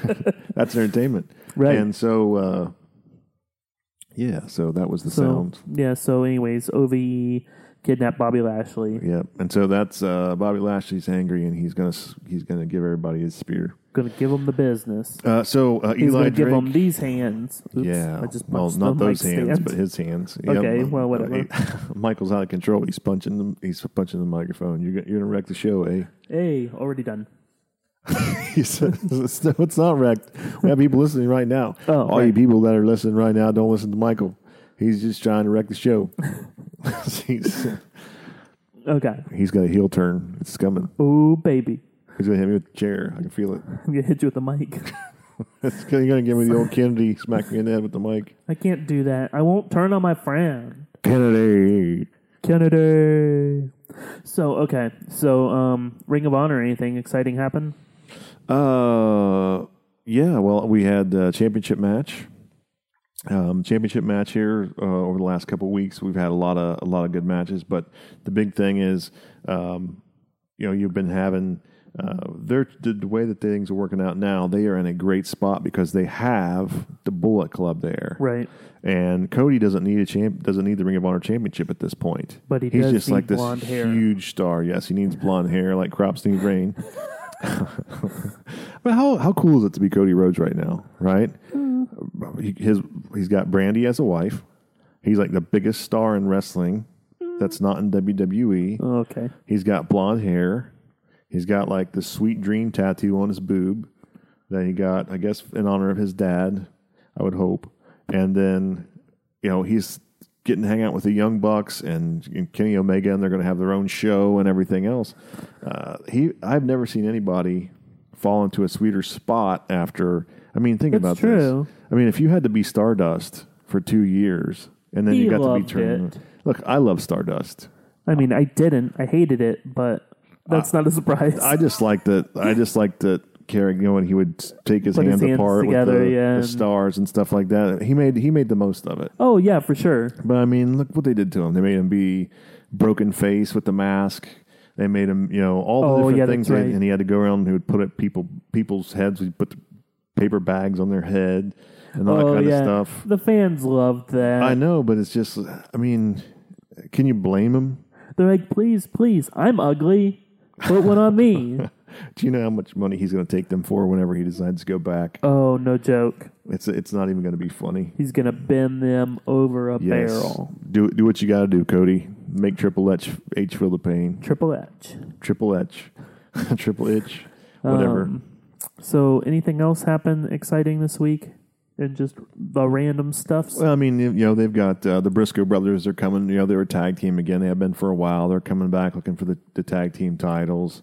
that's entertainment. Right. And so, uh, yeah, so that was the So sound. yeah. So anyways, OVE kidnapped Bobby Lashley. Yep. And so that's uh, Bobby Lashley's angry and he's going to he's gonna give everybody his spear. Gonna give him the business. Uh, so uh, He's Eli gonna give Drake. him these hands. Oops, yeah, I just well, punched not the those mic hands, stand. but his hands. Okay, Yep. well, whatever. Michael's out of control. He's punching the he's punching the microphone. You're gonna, you're gonna wreck the show, eh? hey, already done. He said, it's no, it's not wrecked. We have people listening right now. Oh, All you right. people that are listening right now, don't listen to Michael. He's just trying to wreck the show. he's, Okay. he's got a heel turn. It's coming. Oh baby, He's gonna hit me with the chair. I can feel it. I'm gonna hit you with the mic. It's gonna, he's gonna give me the old Kennedy. Smack me in the head with the mic. I can't do that. I won't turn on my friend. Kennedy. Kennedy. So okay, so um, Ring of Honor, anything exciting happen? Uh, yeah. Well, we had uh championship match. Um, championship match here uh, over the last couple of weeks. We've had a lot of a lot of good matches, but the big thing is, um, you know, you've been having uh, they're, the, the way that things are working out now. They are in a great spot because they have the Bullet Club there, Right, and Cody doesn't need a champ, doesn't need the Ring of Honor championship at this point. But he he's does just need like this blonde hair. huge star. Yes, he needs blonde hair like crops need rain. but how how cool is it to be Cody Rhodes right now? Right, Mm. he, his he's got Brandy as a wife. He's like the biggest star in wrestling. That's not in E. Uh-huh. WWE. okay, He's got blonde hair. He's got like the sweet dream tattoo on his boob that he got, I guess, in honor of his dad, I would hope. And then, you know, he's getting to hang out with the Young Bucks and, and Kenny Omega, and they're going to have their own show and everything else. Uh, he, I've never seen anybody fall into a sweeter spot after. I mean, think It's about true. this. I mean, if you had to be Stardust for two years and then He you got to be loved turned. it. Look, I love Stardust. I mean, I didn't. I hated it, but that's not a surprise. Uh, I just like that. I just like that. Carrick, you know, when he would take his Put his hands, hands apart together, with the, yeah, the and- stars and stuff like that. He made he made the most of it. oh yeah, for sure. But I mean, look what they did to him. They made him be broken face with the mask. They made him, you know, all the Oh, different yeah, that's things. and- right. And he had to go around. and He would put up people people's heads. He put the paper bags on their head and all Oh, that kind of stuff. The fans loved that. I know, but it's just, I mean, can you blame them? They're like, please, please, I'm ugly. Put one on me. Do you know how much money he's going to take them for whenever he decides to go back? oh, no joke. It's it's not even going to be funny. He's gonna bend them over a Yes. barrel. Do do what you got to do, Cody. Make Triple H H feel the pain. Triple H. Triple H, Triple H, whatever. So, anything else happened exciting this week? And just the random stuff. Well, I mean, you know, they've got uh, the Briscoe brothers. They're coming. You know, they were a tag team again. They have been for a while. They're coming back looking for the, the tag team titles.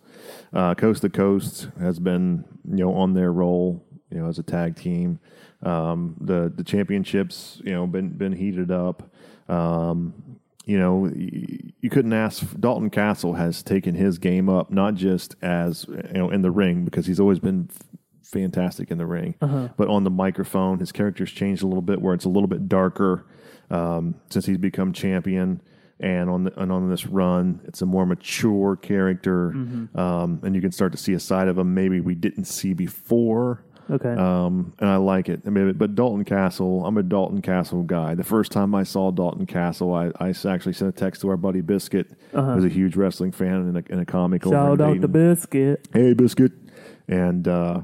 Uh, Coast to Coast has been, you know, on their roll. You know, as a tag team, um, the the championships, you know, been been heated up. Um, you know, you, you couldn't ask. Dalton Castle has taken his game up, not just as you know in the ring because he's always been fantastic in the ring. But on the microphone, his character's changed a little bit, where it's a little bit darker um, since he's become champion. And on the, and on this run, it's a more mature character, um, and you can start to see a side of him maybe we didn't see before. Okay. Um, and I like it. I mean, but Dalton Castle, I'm a Dalton Castle guy. The first time I saw Dalton Castle, I, I actually sent a text to our buddy Biscuit, who's a huge wrestling fan and a, and a comic. over in Uh-huh. Shout out Dayton the biscuit. hey biscuit and uh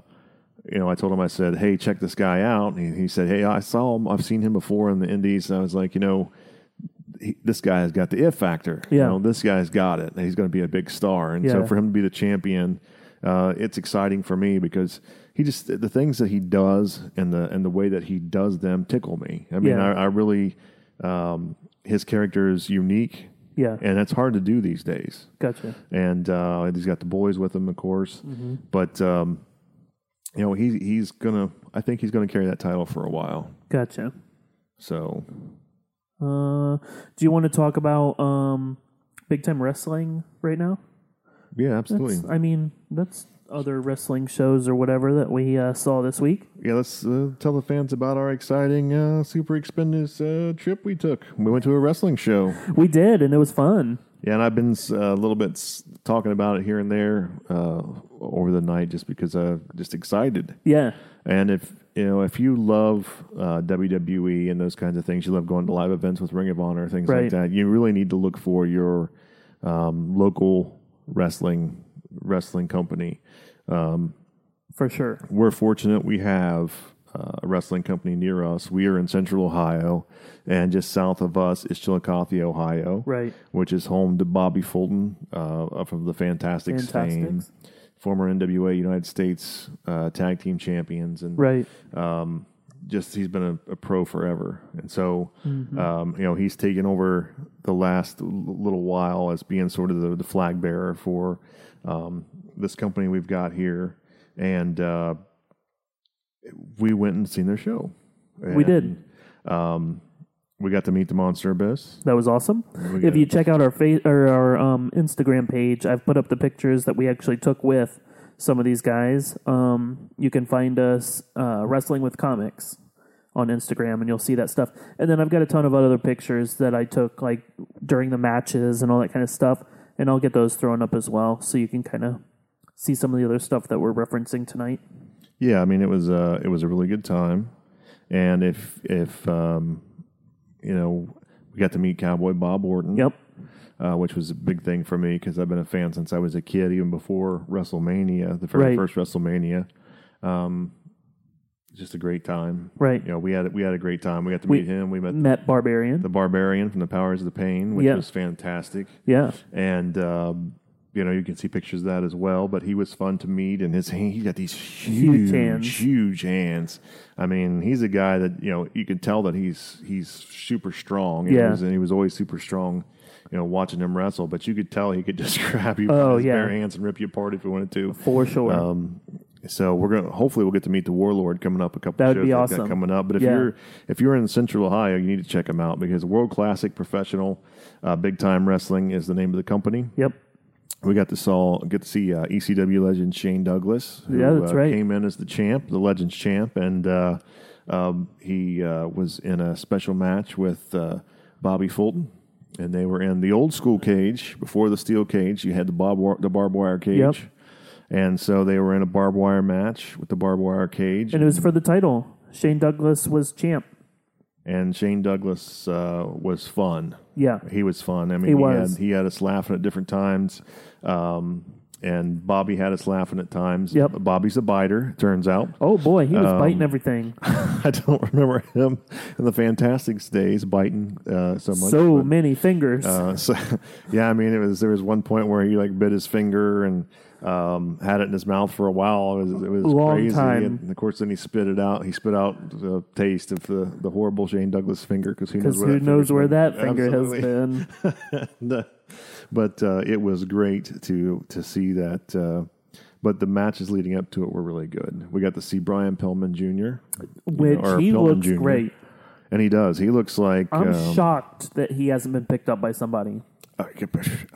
you know i told him i said hey check this guy out and he, he said hey i saw him i've seen him before in the indies and i was like you know he, this guy has got the if factor you Yeah. know this guy's got it and he's going to be a big star and so Yeah. for him to be the champion uh it's exciting for me because he just the things that he does and the and the way that he does them tickle me i mean Yeah. I, I really um his character is unique Yeah. and it's hard to do these days Gotcha. and uh, he's got the boys with him, of course. But um, you know, he's he's gonna. I think he's gonna carry that title for a while. Gotcha. So Uh, do you want to talk about um, big time wrestling right now? yeah, absolutely. I mean, that's other wrestling shows or whatever that we uh, saw this week. yeah, let's uh, tell the fans about our exciting, uh, super expensive uh, trip we took. We went to a wrestling show. We did, and it was fun. Yeah, and I've been uh, a little bit s- talking about it here and there uh, over the night, just because I'm just excited. Yeah. And if you know if you love uh, WWE and those kinds of things, you love going to live events with Ring of Honor, things Right. like that. You really need to look for your um, local wrestling wrestling company. For sure. We're fortunate we have uh, a wrestling company near us. We are in Central Ohio, and just south of us is Chillicothe, Ohio, Right. which is home to Bobby Fulton uh, from the Fantastic fame, Fantastics. former NWA United States uh, Tag Team Champions, and Right. just he's been a, a pro forever, and so Mm-hmm. um, you know he's taken over the last l- little while as being sort of the, the flag bearer for um, this company we've got here, and uh, we went and seen their show. We did. And, Um, we got to meet the Monster Abyss. That was awesome. We If got- you check out our fa- or our um, Instagram page, I've put up the pictures that we actually took with some of these guys. Um, you can find us uh, wrestling with comics on Instagram, and you'll see that stuff. And then I've got a ton of other pictures that I took like during the matches and all that kind of stuff, and I'll get those thrown up as well, so you can kind of see some of the other stuff that we're referencing tonight. Yeah, I mean it was uh, it was a really good time, and if if um, you know we got to meet Cowboy Bob Orton. Yep. uh, which was a big thing for me because I've been a fan since I was a kid, even before WrestleMania, the very Right. first WrestleMania. Um, just a great time, Right. You know, we had we had a great time. We got to We- meet him. We met Met Barbarian. the Barbarian from the Powers of the Pain, which Yeah. was fantastic. yeah. And um, you know, you can see pictures of that as well. But he was fun to meet, and his hand, he got these huge, huge hands. hands. I mean, he's a guy that you know you can tell that he's he's super strong. and he Yeah. was- and he was always super strong. You know, watching him wrestle, but you could tell he could just grab you Oh, by his yeah. bare hands and rip you apart if he wanted to. For sure. Um, So we're gonna hopefully we'll get to meet the Warlord coming up a couple. That would shows be like that awesome. coming up. But if Yeah. you're if you're in Central Ohio, you need to check him out because World Classic Professional, uh, Big Time Wrestling is the name of the company. yep. We got to saw get to see uh, ECW legend Shane Douglas, who Yeah, that's uh, right. came in as the champ, the Legends champ, and uh, um, he uh, was in a special match with uh, Bobby Fulton, and they were in the old school cage before the steel cage. You had the bob the barbed wire cage, Yep. And so they were in a barbed wire match with the barbed wire cage. And it was for the title. Shane Douglas was champ. and Shane Douglas uh, was fun. Yeah. He was fun. I mean, He he, was. had he had us laughing at different times, um, and Bobby had us laughing at times. Yep. Bobby's a biter. Turns out, Oh boy, he was Um, biting everything. I don't remember him in the Fantastic days biting uh, so much. so but, many fingers. uh, so yeah, I mean, it was there was one point where he like bit his finger and um, had it in his mouth for a while. It was, it was Long crazy. time. And of course, then he spit it out. He spit out the taste of the, the horrible Shane Douglas finger because who knows because where who that knows finger's where been. that finger Absolutely. has been? No. but uh, it was great to to see that. Uh, but the matches leading up to it were really good. We got to see Brian Pillman Jr., you know, Which or he Pillman looks Jr., great. and he does. He looks like I'm um, shocked that he hasn't been picked up by somebody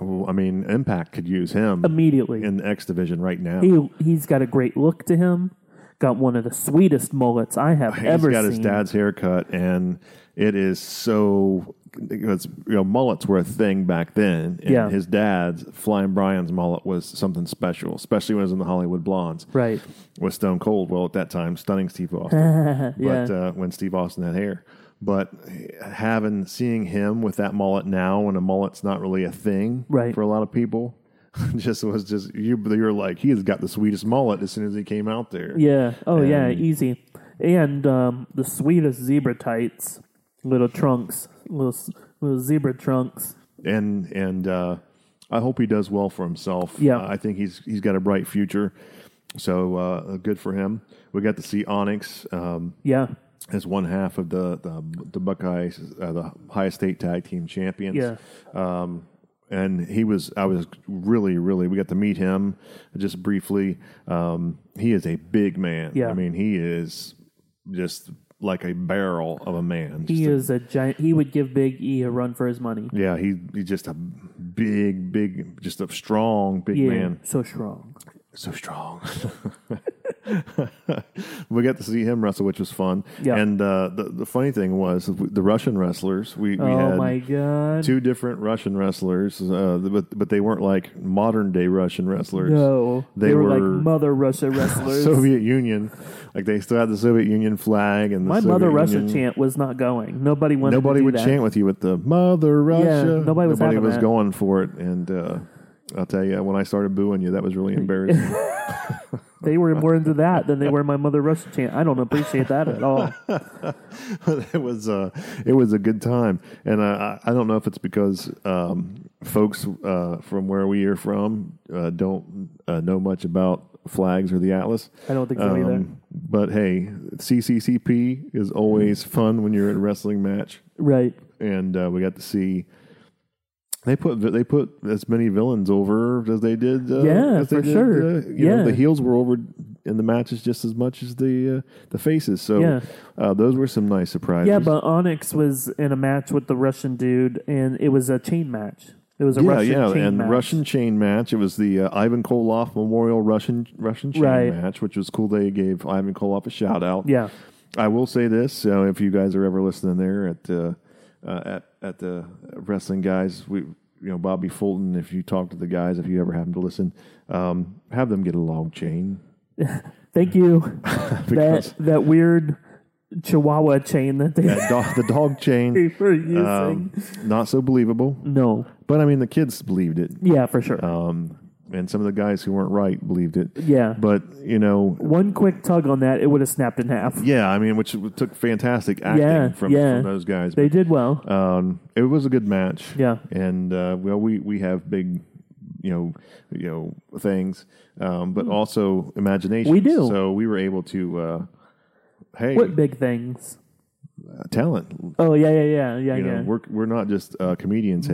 I mean, Impact could use him immediately. in the X division right now. he he's got a great look to him. Got one of the sweetest mullets I have He's ever got seen. his dad's haircut, and it is so. It's, you know, mullets were a thing back then. And Yeah. his dad's Flying Brian's mullet was something special, especially when it was in the Hollywood Blondes. right? with Stone Cold. Well, at that time, stunning Steve Austin. yeah. But uh, when Steve Austin had hair, but having seeing him with that mullet now, when a mullet's not really a thing Right. for a lot of people, just was just you. You're like he has got the sweetest mullet as soon as he came out there. Yeah. Oh yeah, easy. And um, the sweetest zebra tights, little trunks, little s- little zebra trunks. and and uh, I hope he does well for himself. Yeah. Uh, I think he's he's got a bright future. So uh, good for him. We got to see Onyx. Um, Yeah. as one half of the the, the Buckeyes, uh, the high state tag team champions. Yeah. Um, and he was, I was really, really. We got to meet him just briefly. Um, he is a big man. Yeah. I mean, he is just like a barrel of a man. He Just a- is a giant. He would give Big E a run for his money. yeah, he he's just a big, big, just a strong big Yeah. man. So strong. so strong. we got to see him wrestle, which was fun. Yeah. And uh, the the funny thing was the Russian wrestlers. We, we oh had my god. two different Russian wrestlers, uh, but but they weren't like modern day Russian wrestlers. No, they, They were, like were- mother Russia wrestlers. Soviet Union, like they still had the Soviet Union flag and the My Soviet mother Russia Union- chant was not going. Nobody wanted. Nobody to do would that. chant with you with the Mother Russia. nobody was having that. going for it, and uh, I'll tell you, when I started booing you, that was really embarrassing. They were more into that than they were my mother Russia chant. I don't appreciate that at all. it was uh, it was a good time, and I, I I don't know if it's because um, folks uh, from where we are from uh, don't uh, know much about flags or the atlas. Um, I don't think so either. But hey, CCCP is always Mm-hmm. fun when you're at a wrestling match, Right. and uh, we got to see. They put they put as many villains over as they did. Uh, Yeah, as they for did, sure. uh, you know, Yeah. the heels were over in the matches just as much as the uh, the faces. So Yeah. uh, those were some nice surprises. Yeah, but Onyx was in a match with the Russian dude, and it was a chain match. It was a yeah, Russian yeah, chain and match. Russian chain match. It was the uh, Ivan Koloff Memorial Russian Russian chain Right. match, which was cool. They gave Ivan Koloff a shout out. Yeah. I will say this: so if you guys are ever listening there at uh, uh, at at the wrestling guys, we you know Bobby Fulton. If you talk to the guys, if you ever happen to listen, um, have them get a long chain. Thank you. Because- that that weird Chihuahua chain that they That dog, the dog chain, were using. um, not so believable, no. but I mean the kids believed it, Yeah, for sure. um, and some of the guys who weren't right believed it. yeah. But you know, One quick tug on that, it would have snapped in half. Yeah, I mean, which took fantastic acting Yeah, from, yeah. from those guys. They did well. um, it was a good match. Yeah. and uh, well, we we have big, you know, you know things, um, but also imagination. Hmm. We do. So we were able to, uh, hey, uh, What big things? talent. Oh yeah, yeah, yeah, yeah, You know, yeah. we're we're not just uh, comedians. Hey,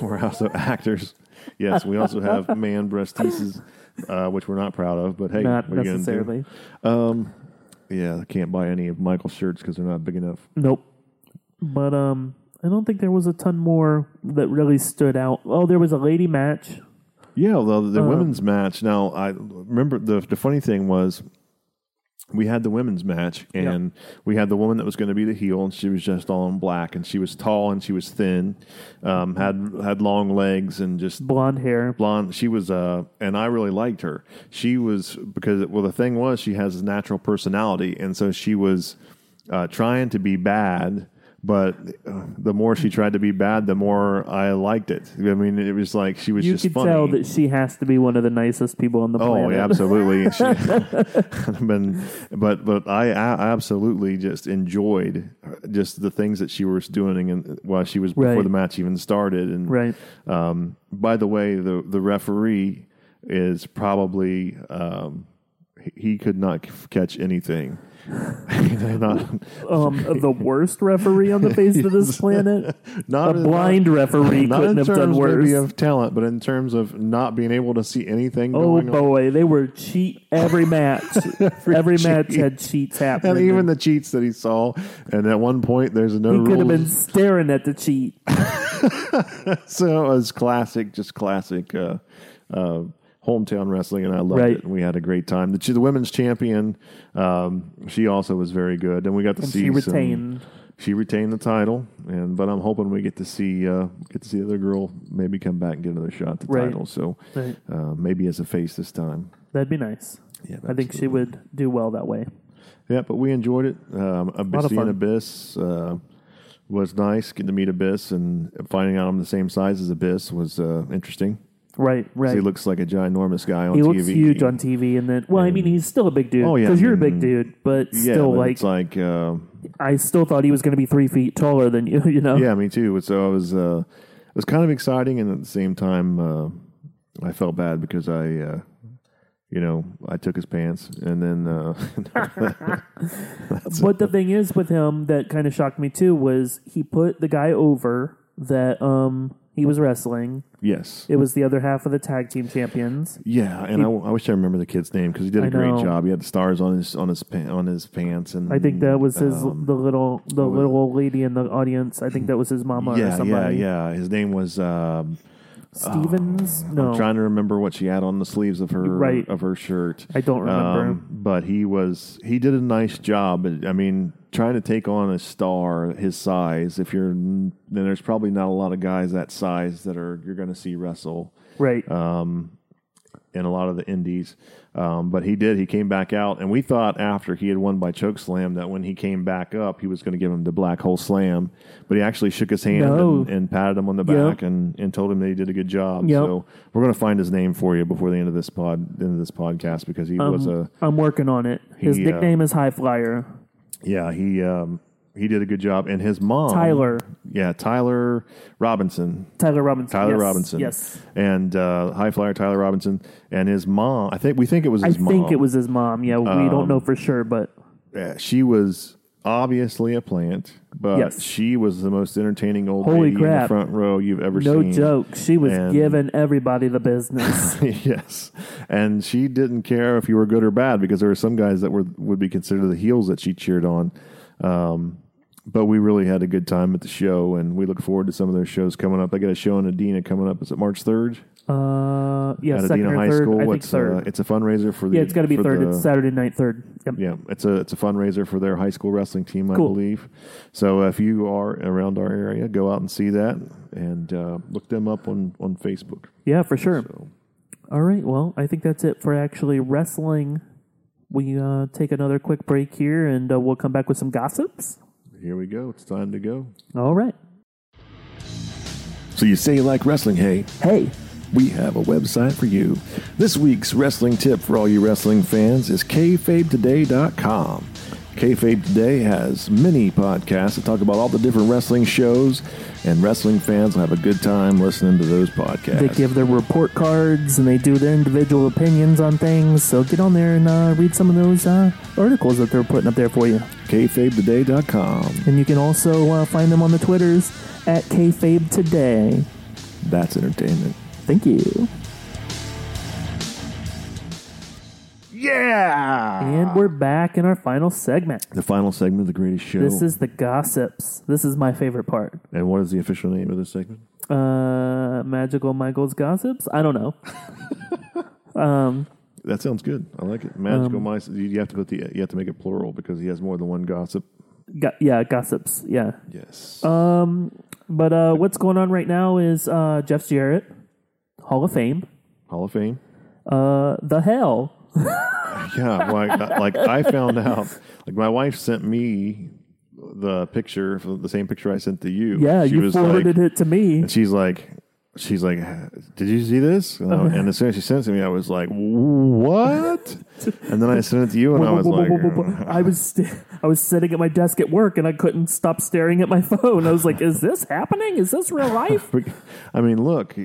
we're also actors. Yes, we also have man breast pieces, uh, which we're not proud of. But hey, Not what are you gonna do? necessarily. Yeah, I can't buy any of Michael's shirts because they're not big enough. Nope. But um, I don't think there was a ton more that really stood out. Oh, there was a lady match. Uh, Yeah, well, the women's match. Now, I remember the the funny thing was we had the women's match and we had the woman that was going to be the heel and she was just all in black and she was tall and she was thin um, had had long legs and just Blonde hair. blonde she was uh and i really liked her she was because well the thing was she has a natural personality and so she was uh, trying to be bad but uh, the more she tried to be bad the more i liked it i mean it was like she was You just could funny tell that she has to be one of the nicest people on the Oh, planet. yeah, absolutely. She- I've been, but but I, I absolutely just enjoyed just the things that she was doing and while she was before Right. the match even started. And Right. um, by the way, the the referee is probably um, he- he could not c- catch anything. They're not Um, the worst referee on the face of this planet. not A in- blind referee Not in couldn't have terms done worse. maybe of talent, but in terms of not being able to see anything. Oh going on. boy, they were cheat every match. every match cheat. had cheats happening. and even the cheats that he saw. And at one point, there's no he could have rules. been staring at the cheat. so it was classic, just classic uh, uh, hometown wrestling, and I loved Right. it. And we had a great time. The, ch- the women's champion, um, she also was very good, and we got to see she some- retained. She retained the title, and but I'm hoping we get to see uh, get to see the other girl maybe come back and get another shot at the Right. title. So Right. uh, maybe as a face this time. That'd be nice. Yeah, I think she would do well that way. Yeah, but we enjoyed it. Um, lot Abyss of seeing fun. Abyss uh, was nice. Getting to meet Abyss and finding out I'm the same size as Abyss was uh, interesting. Right, 'Cause right. He looks like a ginormous guy on He TV. looks huge on TV, and then well, I mean, he's still a big dude. Oh, yeah, because you're a mm. big dude, but Yeah, still, but like, it's like uh, I still thought he was going to be three feet taller than you. You know, yeah, me too. So I was uh, it was kind of exciting, and at the same time, uh, I felt bad because I. Uh, you know, I took his pants, and then uh, But the thing is with him that kind of shocked me too was he put the guy over that um he was wrestling. yes, It was the other half of the tag team champions. yeah, and I, I wish I remember the kid's name because he did a I great know. job. He had the stars on his on his pa- on his pants, and I think that was his um, the little the little old lady in the audience. I think that was his mama or yeah, yeah, somebody. yeah. His name was. Um, Stevens? no. I'm trying to remember what she had on the sleeves of her Oh. Right. of her shirt. Um, I don't remember. but he was he did a nice job. I mean, trying to take on a star his size. If you're then there's probably not a lot of guys that size that are you're going to see wrestle right. uh, in a lot of the indies. Um, but he did. He came back out, and we thought after he had won by choke slam that when he came back up, he was going to give him the black hole slam. But he actually shook his hand No. and, and patted him on the Yep. back and, and told him that he did a good job. Yep. So we're going to find his name for you before the end of this pod, end of this podcast, because he was a I'm working on it. His he, uh, nickname is High Flyer. yeah he um, he did a good job, and his mom Tyler. yeah Tyler Robinson Tyler Robinson. Tyler yes, Robinson. Yes. And uh, high flyer Tyler Robinson and his mom. I think we think it was I his think mom. Um, it was his mom. Yeah, we don't know for sure, but Yeah, she was obviously a plant, but Yes. she was the most entertaining old Holy lady in the crap. front row you've ever no seen. joke. She was And- giving everybody the business. yes, and she didn't care if you were good or bad because there were some guys that were would be considered the heels that she cheered on. Um, but we really had a good time at the show, and we look forward to some of their shows coming up. I got a show in Adena coming up. Is it March third? uh, yeah, at second Adena or High third. School. I think it's, third. Uh, it's a fundraiser for the. yeah, it's got to be for third. the- it's Saturday night third. Yep. Yeah, it's a it's a fundraiser for their high school wrestling team, I Cool. believe. So if you are around our area, go out and see that and uh, look them up on on Facebook. Yeah, for sure. So All right. Well, I think that's it for actually wrestling. We uh, take another quick break here, and uh, we'll come back with some gossips. here we go. It's time to go. All right. So you say you like wrestling, hey? Hey, We have a website for you. This week's wrestling tip for all you wrestling fans is kayfabetoday.com. Kayfabe Today has many podcasts that talk about all the different wrestling shows, and wrestling fans will have a good time listening to those podcasts. they give their report cards and they do their individual opinions on things. So get on there and uh, read some of those uh, articles that they're putting up there for you. KayfabeToday.com. And you can also uh, find them on the Twitters at kayfabe today. That's entertainment. Thank you. Yeah. And we're back in our final segment. The final segment of the greatest show. This is the gossips. This is my favorite part. and what is the official name of this segment? Uh, Magical Michael's gossips. I don't know. That sounds good. I like it. Magical Um, mice. You you have to put the you have to make it plural because he has more than one gossip. Uh, Go- yeah, gossips. Yeah. Yes. Um, but uh, what's going on right now is uh, Jeff Jarrett, Hall of Fame, Hall of Fame. uh, the hell. Yeah, like like I found out. Like my wife sent me the picture, the same picture I sent to you. Yeah, she you was forwarded like, it to me. and she's like, she's like, did you see this? And, I- and as soon as she sent it to me, I was like, what? and then I sent it to you, and I was like, uh, I was st- I was sitting at my desk at work and I couldn't stop staring at my phone. I was like, "Is this happening? Is this real life?" I mean, look,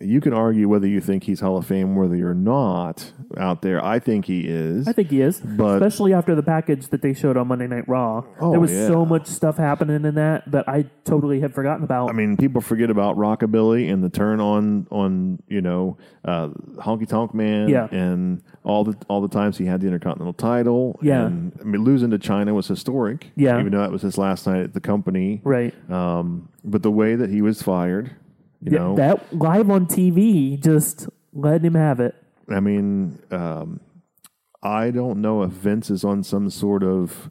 you can argue whether you think he's Hall of Fame worthy or not out there. I think he is. I think he is, But- especially after the package that they showed on Monday Night Raw. Oh, there was yeah. so much stuff happening in that that I totally had forgotten about. I mean, people forget about rockabilly and the turn on on you know uh, honky tonk man, Yeah. and all the all the times he had the intercontinental title, Yeah. And, I mean, losing to China was historic, Yeah. Even though that was his last night at the company, right? Um, but the way that he was fired, you Yeah, know, that live on TV just let him have it. I mean, um, I don't know if Vince is on some sort of.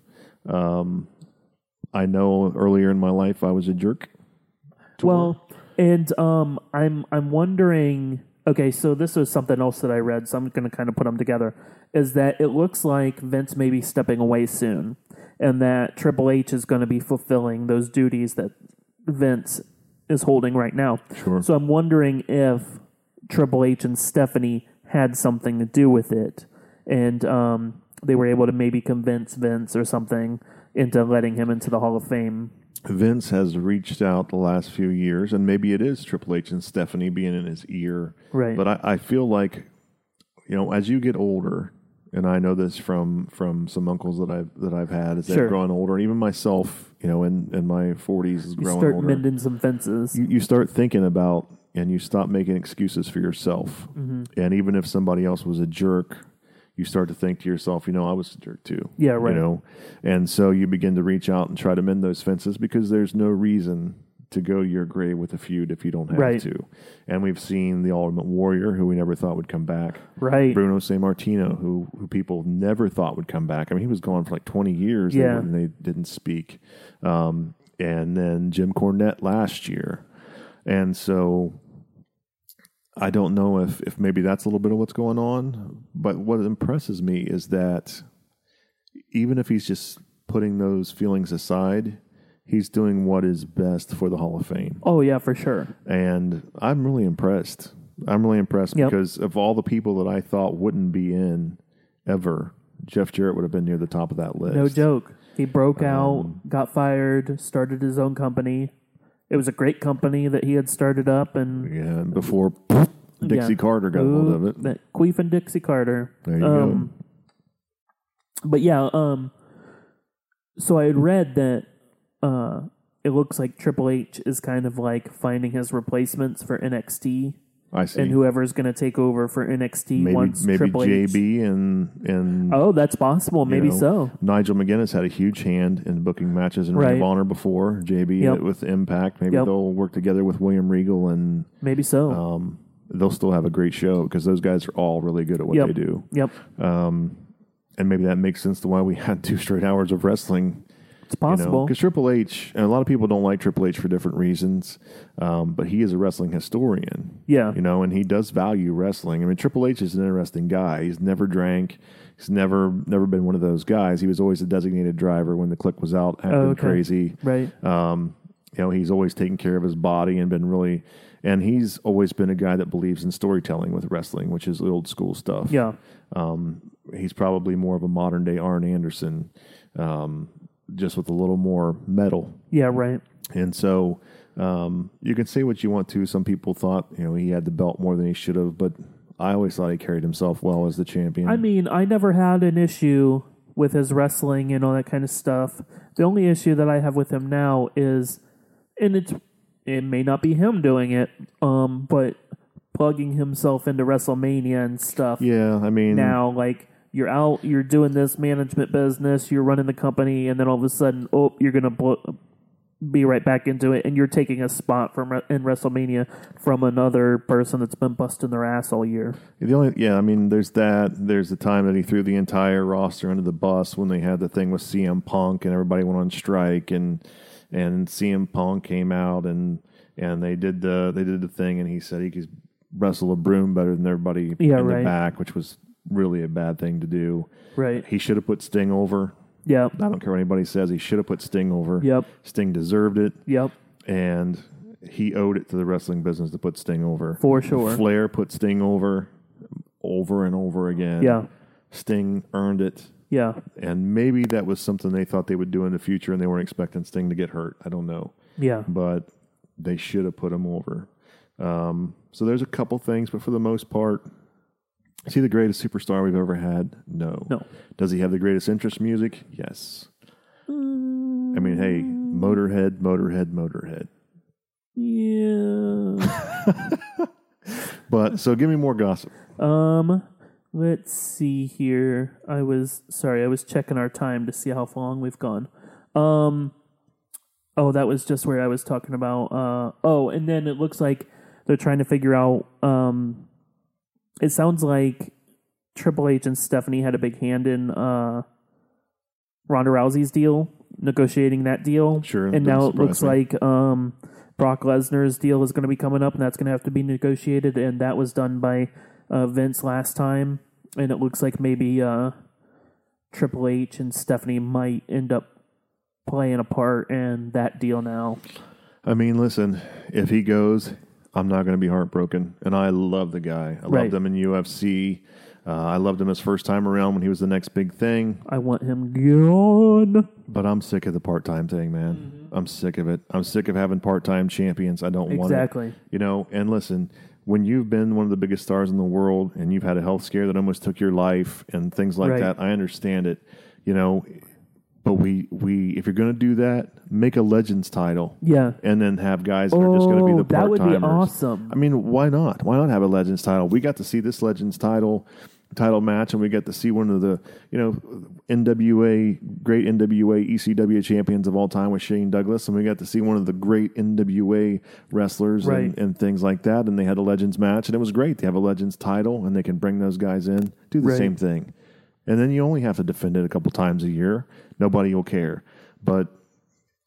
Um, I know earlier in my life I was a jerk. Well, and um, I'm I'm wondering. Okay, so this was something else that I read, so I'm going to kind of put them together. Is that it looks like Vince may be stepping away soon, and that Triple H is going to be fulfilling those duties that Vince is holding right now. Sure. So I'm wondering if Triple H and Stephanie had something to do with it, and um, they were able to maybe convince Vince or something into letting him into the Hall of Fame. Vince has reached out the last few years, and maybe it is Triple H and Stephanie being in his ear. Right. But I, I feel like, you know, as you get older, and I know this from from some uncles that I've that I've had as Sure. they've grown older, and even myself, you know, in in my forties is You growing start older. mending some fences. you, you start thinking about and you stop making excuses for yourself. Mm-hmm. And even if somebody else was a jerk, you start to think to yourself, you know, I was a jerk too. Yeah, right. You know, and so you begin to reach out and try to mend those fences because there's no reason to go to your grave with a feud if you don't have Right. to. And we've seen the Ultimate Warrior, who we never thought would come back. Right. Bruno San Martino, who who people never thought would come back. I mean, he was gone for like twenty years, and- Yeah. and they didn't speak. Um, and then Jim Cornette last year, and so I don't know if if maybe that's a little bit of what's going on. But what impresses me is that even if he's just putting those feelings aside, he's doing what is best for the Hall of Fame Oh yeah, for sure. and I'm really impressed. I'm really impressed Yep. because of all the people that I thought wouldn't be in ever, Jeff Jarrett would have been near the top of that list. No joke. He Um, broke out, got fired, started his own company. It was a great company that he had started up, and Yeah, and before Dixie Yeah. Carter got a hold of Ooh, it. That Queef and Dixie Carter. There you um, But yeah, um, so I had read that uh, it looks like Triple H is kind of like finding his replacements for NXT go. I see. and whoever's going to take over for NXT maybe once maybe Triple H. JB and and Oh, that's possible. you Maybe know, so. Nigel McGuinness had a huge hand in booking matches in Ring Right. of Honor before JB Yep. with Impact. Maybe Yep. they'll work together with William Regal and Maybe so. um, they'll still have a great show because those guys are all really good at what Yep. they do. yep, and maybe that makes sense to why we had two straight hours of wrestling. it's Because possible. Triple H, and a lot of people don't like Triple H for different reasons, um, but he is a wrestling historian. Yeah. you know, and he does value wrestling. I mean, Triple H is an interesting guy. He's never drank. He's never never been one of those guys. He was always a designated driver when the click was out, acting Oh, okay. crazy. Right. Um, you know, he's always taken care of his body and been really, and he's always been a guy that believes in storytelling with wrestling, which is old school stuff. Yeah. Um, he's probably more of a modern day Arn Anderson, um, just with a little more metal. Yeah. Right. And so um, you can say what you want to. Some people thought you know he had the belt more than he should have, but I always thought he carried himself well as the champion. I mean, I never had an issue with his wrestling and all that kind of stuff. The only issue that I have with him now is, and it's it may not be him doing it, um, but plugging himself into WrestleMania and stuff. yeah, I mean, Now, like you're out, you're doing this management business, you're running the company, and then all of a sudden, oh, you're gonna blow, be right back into it, and you're taking a spot from in WrestleMania from another person that's been busting their ass all year. The only yeah, I mean, there's that. There's the time that he threw the entire roster under the bus when they had the thing with CM Punk and everybody went on strike and and CM Punk came out and and they did the they did the thing and he said he could wrestle a broom better than everybody Yeah, in right. the back, which was really a bad thing to do. Right. He should have put Sting over. Yep. I don't care what anybody says. He should have put Sting over. Yep. Sting deserved it, Yep. and he owed it to the wrestling business to put Sting over For sure. Flair put Sting over, over and over again. Yeah. Sting earned it, Yeah. and maybe that was something they thought they would do in the future, and they weren't expecting Sting to get hurt. I don't know, Yeah. but they should have put him over. Um, so there's a couple things, but for the most part, is he the greatest superstar we've ever had? No. No. Does he have the greatest interest music? Yes. Mm. I mean, hey, Motorhead, Motorhead, Motorhead. Yeah. But so give me more gossip. um. Let's see here. I was sorry. I was checking our time to see how long we've gone. Um. Oh, that was just where I was talking about. Uh. Oh, and then it looks like they're trying to figure out. Um. It sounds like Triple H and Stephanie had a big hand in uh, Ronda Rousey's deal, negotiating that deal. Sure, And doesn't now it surprise looks me. like um, Brock Lesnar's deal is going to be coming up, and that's going to have to be negotiated. And that was done by uh, Vince last time. And it looks like maybe uh, Triple H and Stephanie might end up playing a part in that deal now. I mean, listen, if he goes, I'm not going to be heartbroken. And I love the guy. I Right. loved him in UFC. Uh, I loved him his first time around when he was the next big thing. I want him gone. But I'm sick of the part time thing, man. Mm-hmm. I'm sick of it. I'm sick of having part time champions. I don't want it. Exactly. You know, and listen, when you've been one of the biggest stars in the world and you've had a health scare that almost took your life and things like Right. that, I understand it. You know, but we we if you're going to do that, make a legends title. Yeah. And then have guys that are just going to be Oh, the that part would timers. be awesome. I mean, why not? Why not have a Legends title? We got to see this Legends title title match, and we got to see one of the you know NWA great NWA ECW champions of all time with Shane Douglas, and we got to see one of the great NWA wrestlers Right. and, and things like that. And they had a Legends match, and it was great. They have a Legends title, and they can bring those guys in, do the Right. same thing, and then you only have to defend it a couple times a year. Nobody will care, but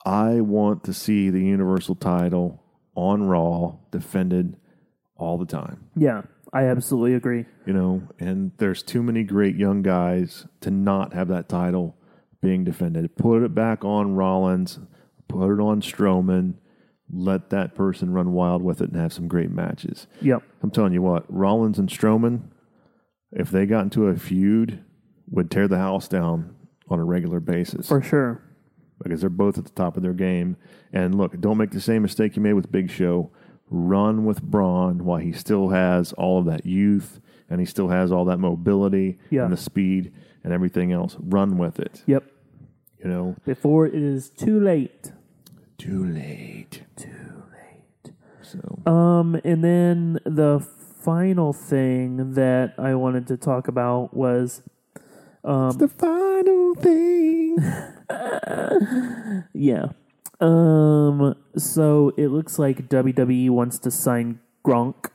I want to see the Universal title on Raw defended all the time, Yeah. I absolutely agree. you know, and there's too many great young guys to not have that title being defended. Put it back on Rollins, put it on Strowman, let that person run wild with it and have some great matches. Yep. I'm telling you what, Rollins and Strowman, if they got into a feud, would tear the house down on a regular basis For sure. because they're both at the top of their game. And look, don't make the same mistake you made with Big Show. Run with Braun while he still has all of that youth and he still has all that mobility Yeah. and the speed and everything else. Run with it. Yep. You know, Before it is too late. too late. Too late. So Um, and then the final thing that I wanted to talk about was the final thing. yeah. Um, so it looks like WWE wants to sign Gronk.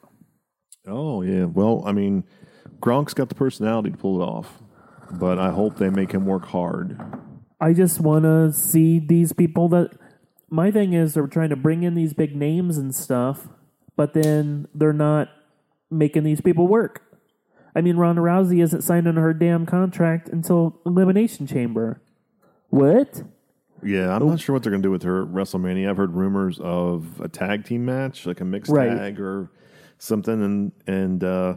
oh yeah. Well, I mean, Gronk's got the personality to pull it off, but I hope they make him work hard. I just want to see these people that. My thing is, they're trying to bring in these big names and stuff, but then they're not making these people work. I mean, Ronda Rousey isn't signing her damn contract until Elimination Chamber. What? Yeah, I'm not sure what they're going to do with her at WrestleMania. I've heard rumors of a tag team match, like a mixed Right. tag or something. And and uh,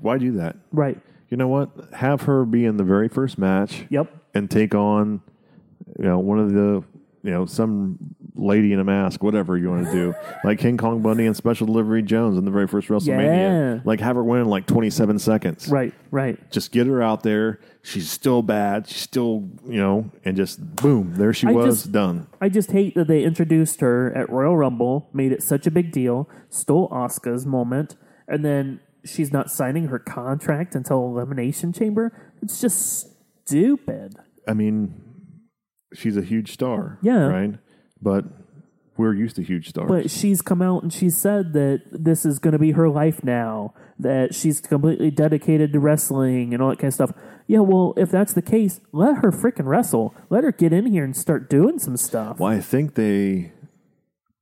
why do that? Right. You know what? Have her be in the very first match. Yep. And take on, you know, one of the, you know, some lady in a mask, whatever you want to do, like King Kong Bundy and Special Delivery Jones in the very first WrestleMania. Yeah. Like have her win in like 27 seconds Right. Right. just get her out there. She's still bad. She's still, you know, and just boom, there she was, just- done. I just hate that they introduced her at Royal Rumble, made it such a big deal, stole Asuka's moment, and then she's not signing her contract until Elimination Chamber. It's just stupid. I mean, she's a huge star, Yeah. right? But We're used to huge stars. But she's come out and she said that this is going to be her life now, that she's completely dedicated to wrestling and all that kind of stuff. Yeah, well, if that's the case, let her freaking wrestle. Let her get in here and start doing some stuff. Well, I think they,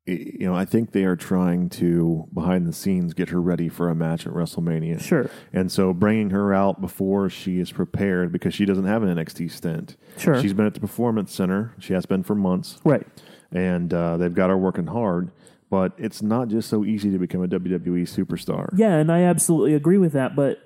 you know, I think they are trying to behind the scenes get her ready for a match at WrestleMania. Sure. And so bringing her out before she is prepared because she doesn't have an NXT stint. Sure. She's been at the Performance Center. She has been for months, Right. and uh, they've got her working hard. But it's not just so easy to become a WWE superstar. Yeah, and I absolutely agree with that, but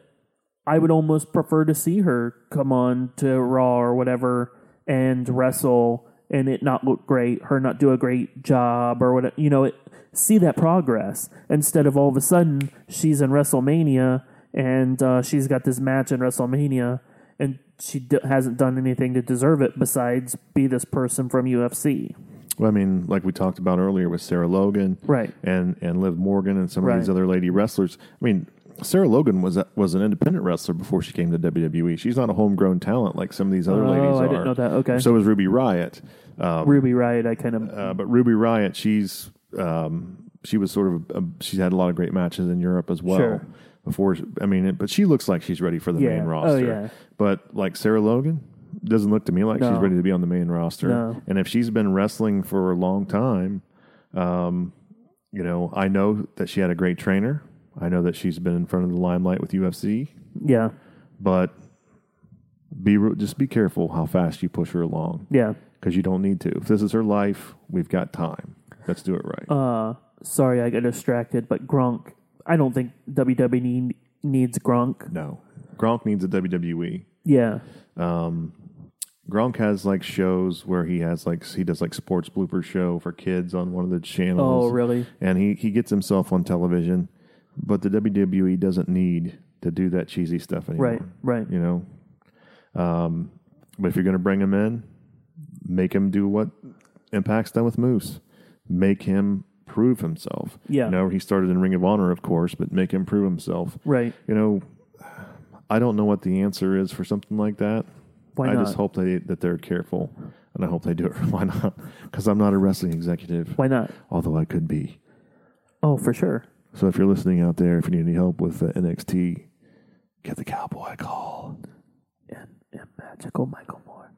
I would almost prefer to see her come on to Raw or whatever and wrestle and it not look great, her not do a great job or whatever, you know, it, see that progress instead of all of a sudden she's in WrestleMania and uh, she's got this match in WrestleMania and she d- hasn't done anything to deserve it besides be this person from UFC. Well, I mean, like we talked about earlier with Sarah Logan, Right. and and Liv Morgan and some of these Right. other lady wrestlers. I mean, Sarah Logan was was an independent wrestler before she came to WWE. She's not a homegrown talent like some of these other Oh, ladies are. I didn't know that. Okay. So is Ruby Riot, um, Ruby Riot, I kind of uh, but Ruby Riot, she's um, she was sort of um, she's had a lot of great matches in Europe as well. Sure. Before, I mean, it, but she looks like she's ready for the Yeah. main Oh, roster. yeah. But like Sarah Logan doesn't look to me like she's No. ready to be on the main roster. No. And if she's been wrestling for a long time, um, you know, I know that she had a great trainer. I know that she's been in front of the limelight with UFC, yeah, but be re- just be careful how fast you push her along yeah. because you don't need to. If this is her life, we've got time. Let's do it right. Uh, sorry, I got distracted, but Gronk. I don't think WWE need- needs Gronk. no, Gronk needs a WWE. Yeah, Gronk has like shows where he has like he does like sports blooper show for kids on one of the channels. Oh, really? And he he gets himself on television, but the WWE doesn't need to do that cheesy stuff anymore. Right, right. You know, um, but if you're going to bring him in, make him do what Impact's done with Moose. Make him prove himself. Yeah. You know, he started in Ring of Honor, of course, but make him prove himself. right. You know, I don't know what the answer is for something like that. Why I not? just hope they that they're careful, and I hope they do it. Why not? Because I'm not a wrestling executive, Why not? although I could be. Oh, for sure. So if you're listening out there, if you need any help with uh, NXT, get the cowboy a call. And, and magical Michael Moore.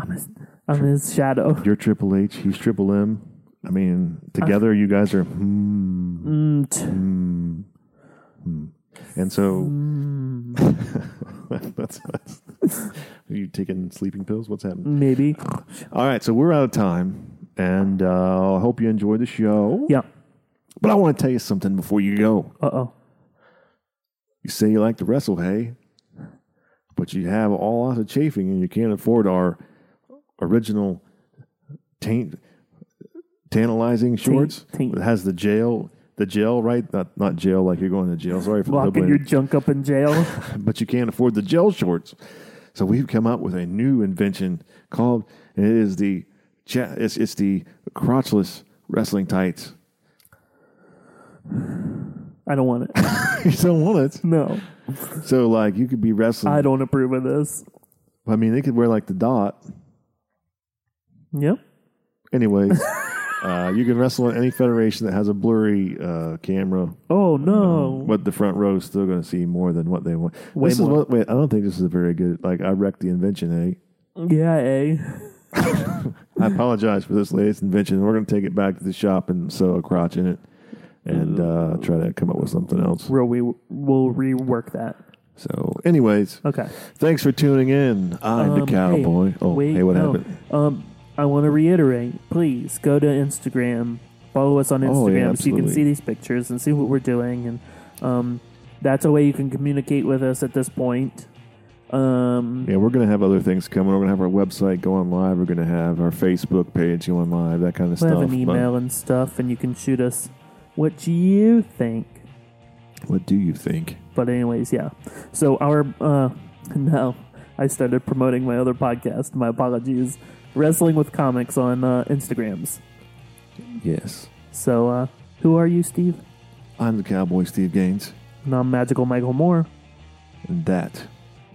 I'm his. I'm his shadow. You're Triple H. He's Triple M. I mean, together you guys are. Hmm. Mm, t- And so that's, that's are you taking sleeping pills? What's happening? maybe. All right, so we're out of time, and uh, I hope you enjoyed the show. Yeah. But I want to tell you something before you go. Uh oh. You say you like to wrestle, hey, but you have all out of chafing, and you can't afford our original taint tantalizing shorts taint. that has the jail. The jail, right? Not not jail, like you're going to jail. Sorry for the Locking hoodwink. your junk up in jail. but you can't afford the gel shorts. So we've come up with a new invention called and it is the cha- it's it's the crotchless wrestling tights. I don't want it. you don't want it, No, so like you could be wrestling. I I, don't approve of this. mean, they could wear like the dot. Yep. Anyways, uh, you can wrestle in any federation that has a blurry uh, camera. Oh no. But the front row is still going to see more than what they want. Way this more. is what. Wait, I don't think this is a very good. Like I wrecked the invention, eh? Yeah. Eh? I apologize for this latest invention. We're going to take it back to the shop and sew a crotch in it and uh, try to come up with something else. We'll we will rework that. So, anyways, Okay. thanks for tuning in. I'm the Um, cowboy. hey, oh, wait, hey, what no. happened? Um, I want to reiterate. Please go to Instagram, follow us on Instagram, so you can Oh, absolutely. see these pictures and see what we're doing, and um, that's a way you can communicate with us at this point. Um, Yeah, we're going to have other things coming. We're going to have our website going live. We're going to have our Facebook page going live. That kind of we'll stuff. have an email and stuff, and you can shoot us what you think. But what do you think? But anyways, yeah. So our uh, no, I started promoting my other podcast. My apologies. Wrestling with comics on uh, Instagrams. Yes, So uh, who are you, Steve? I'm the cowboy, Steve Gaines, And I'm Magical Michael Moore. and that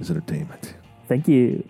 is entertainment. Thank you.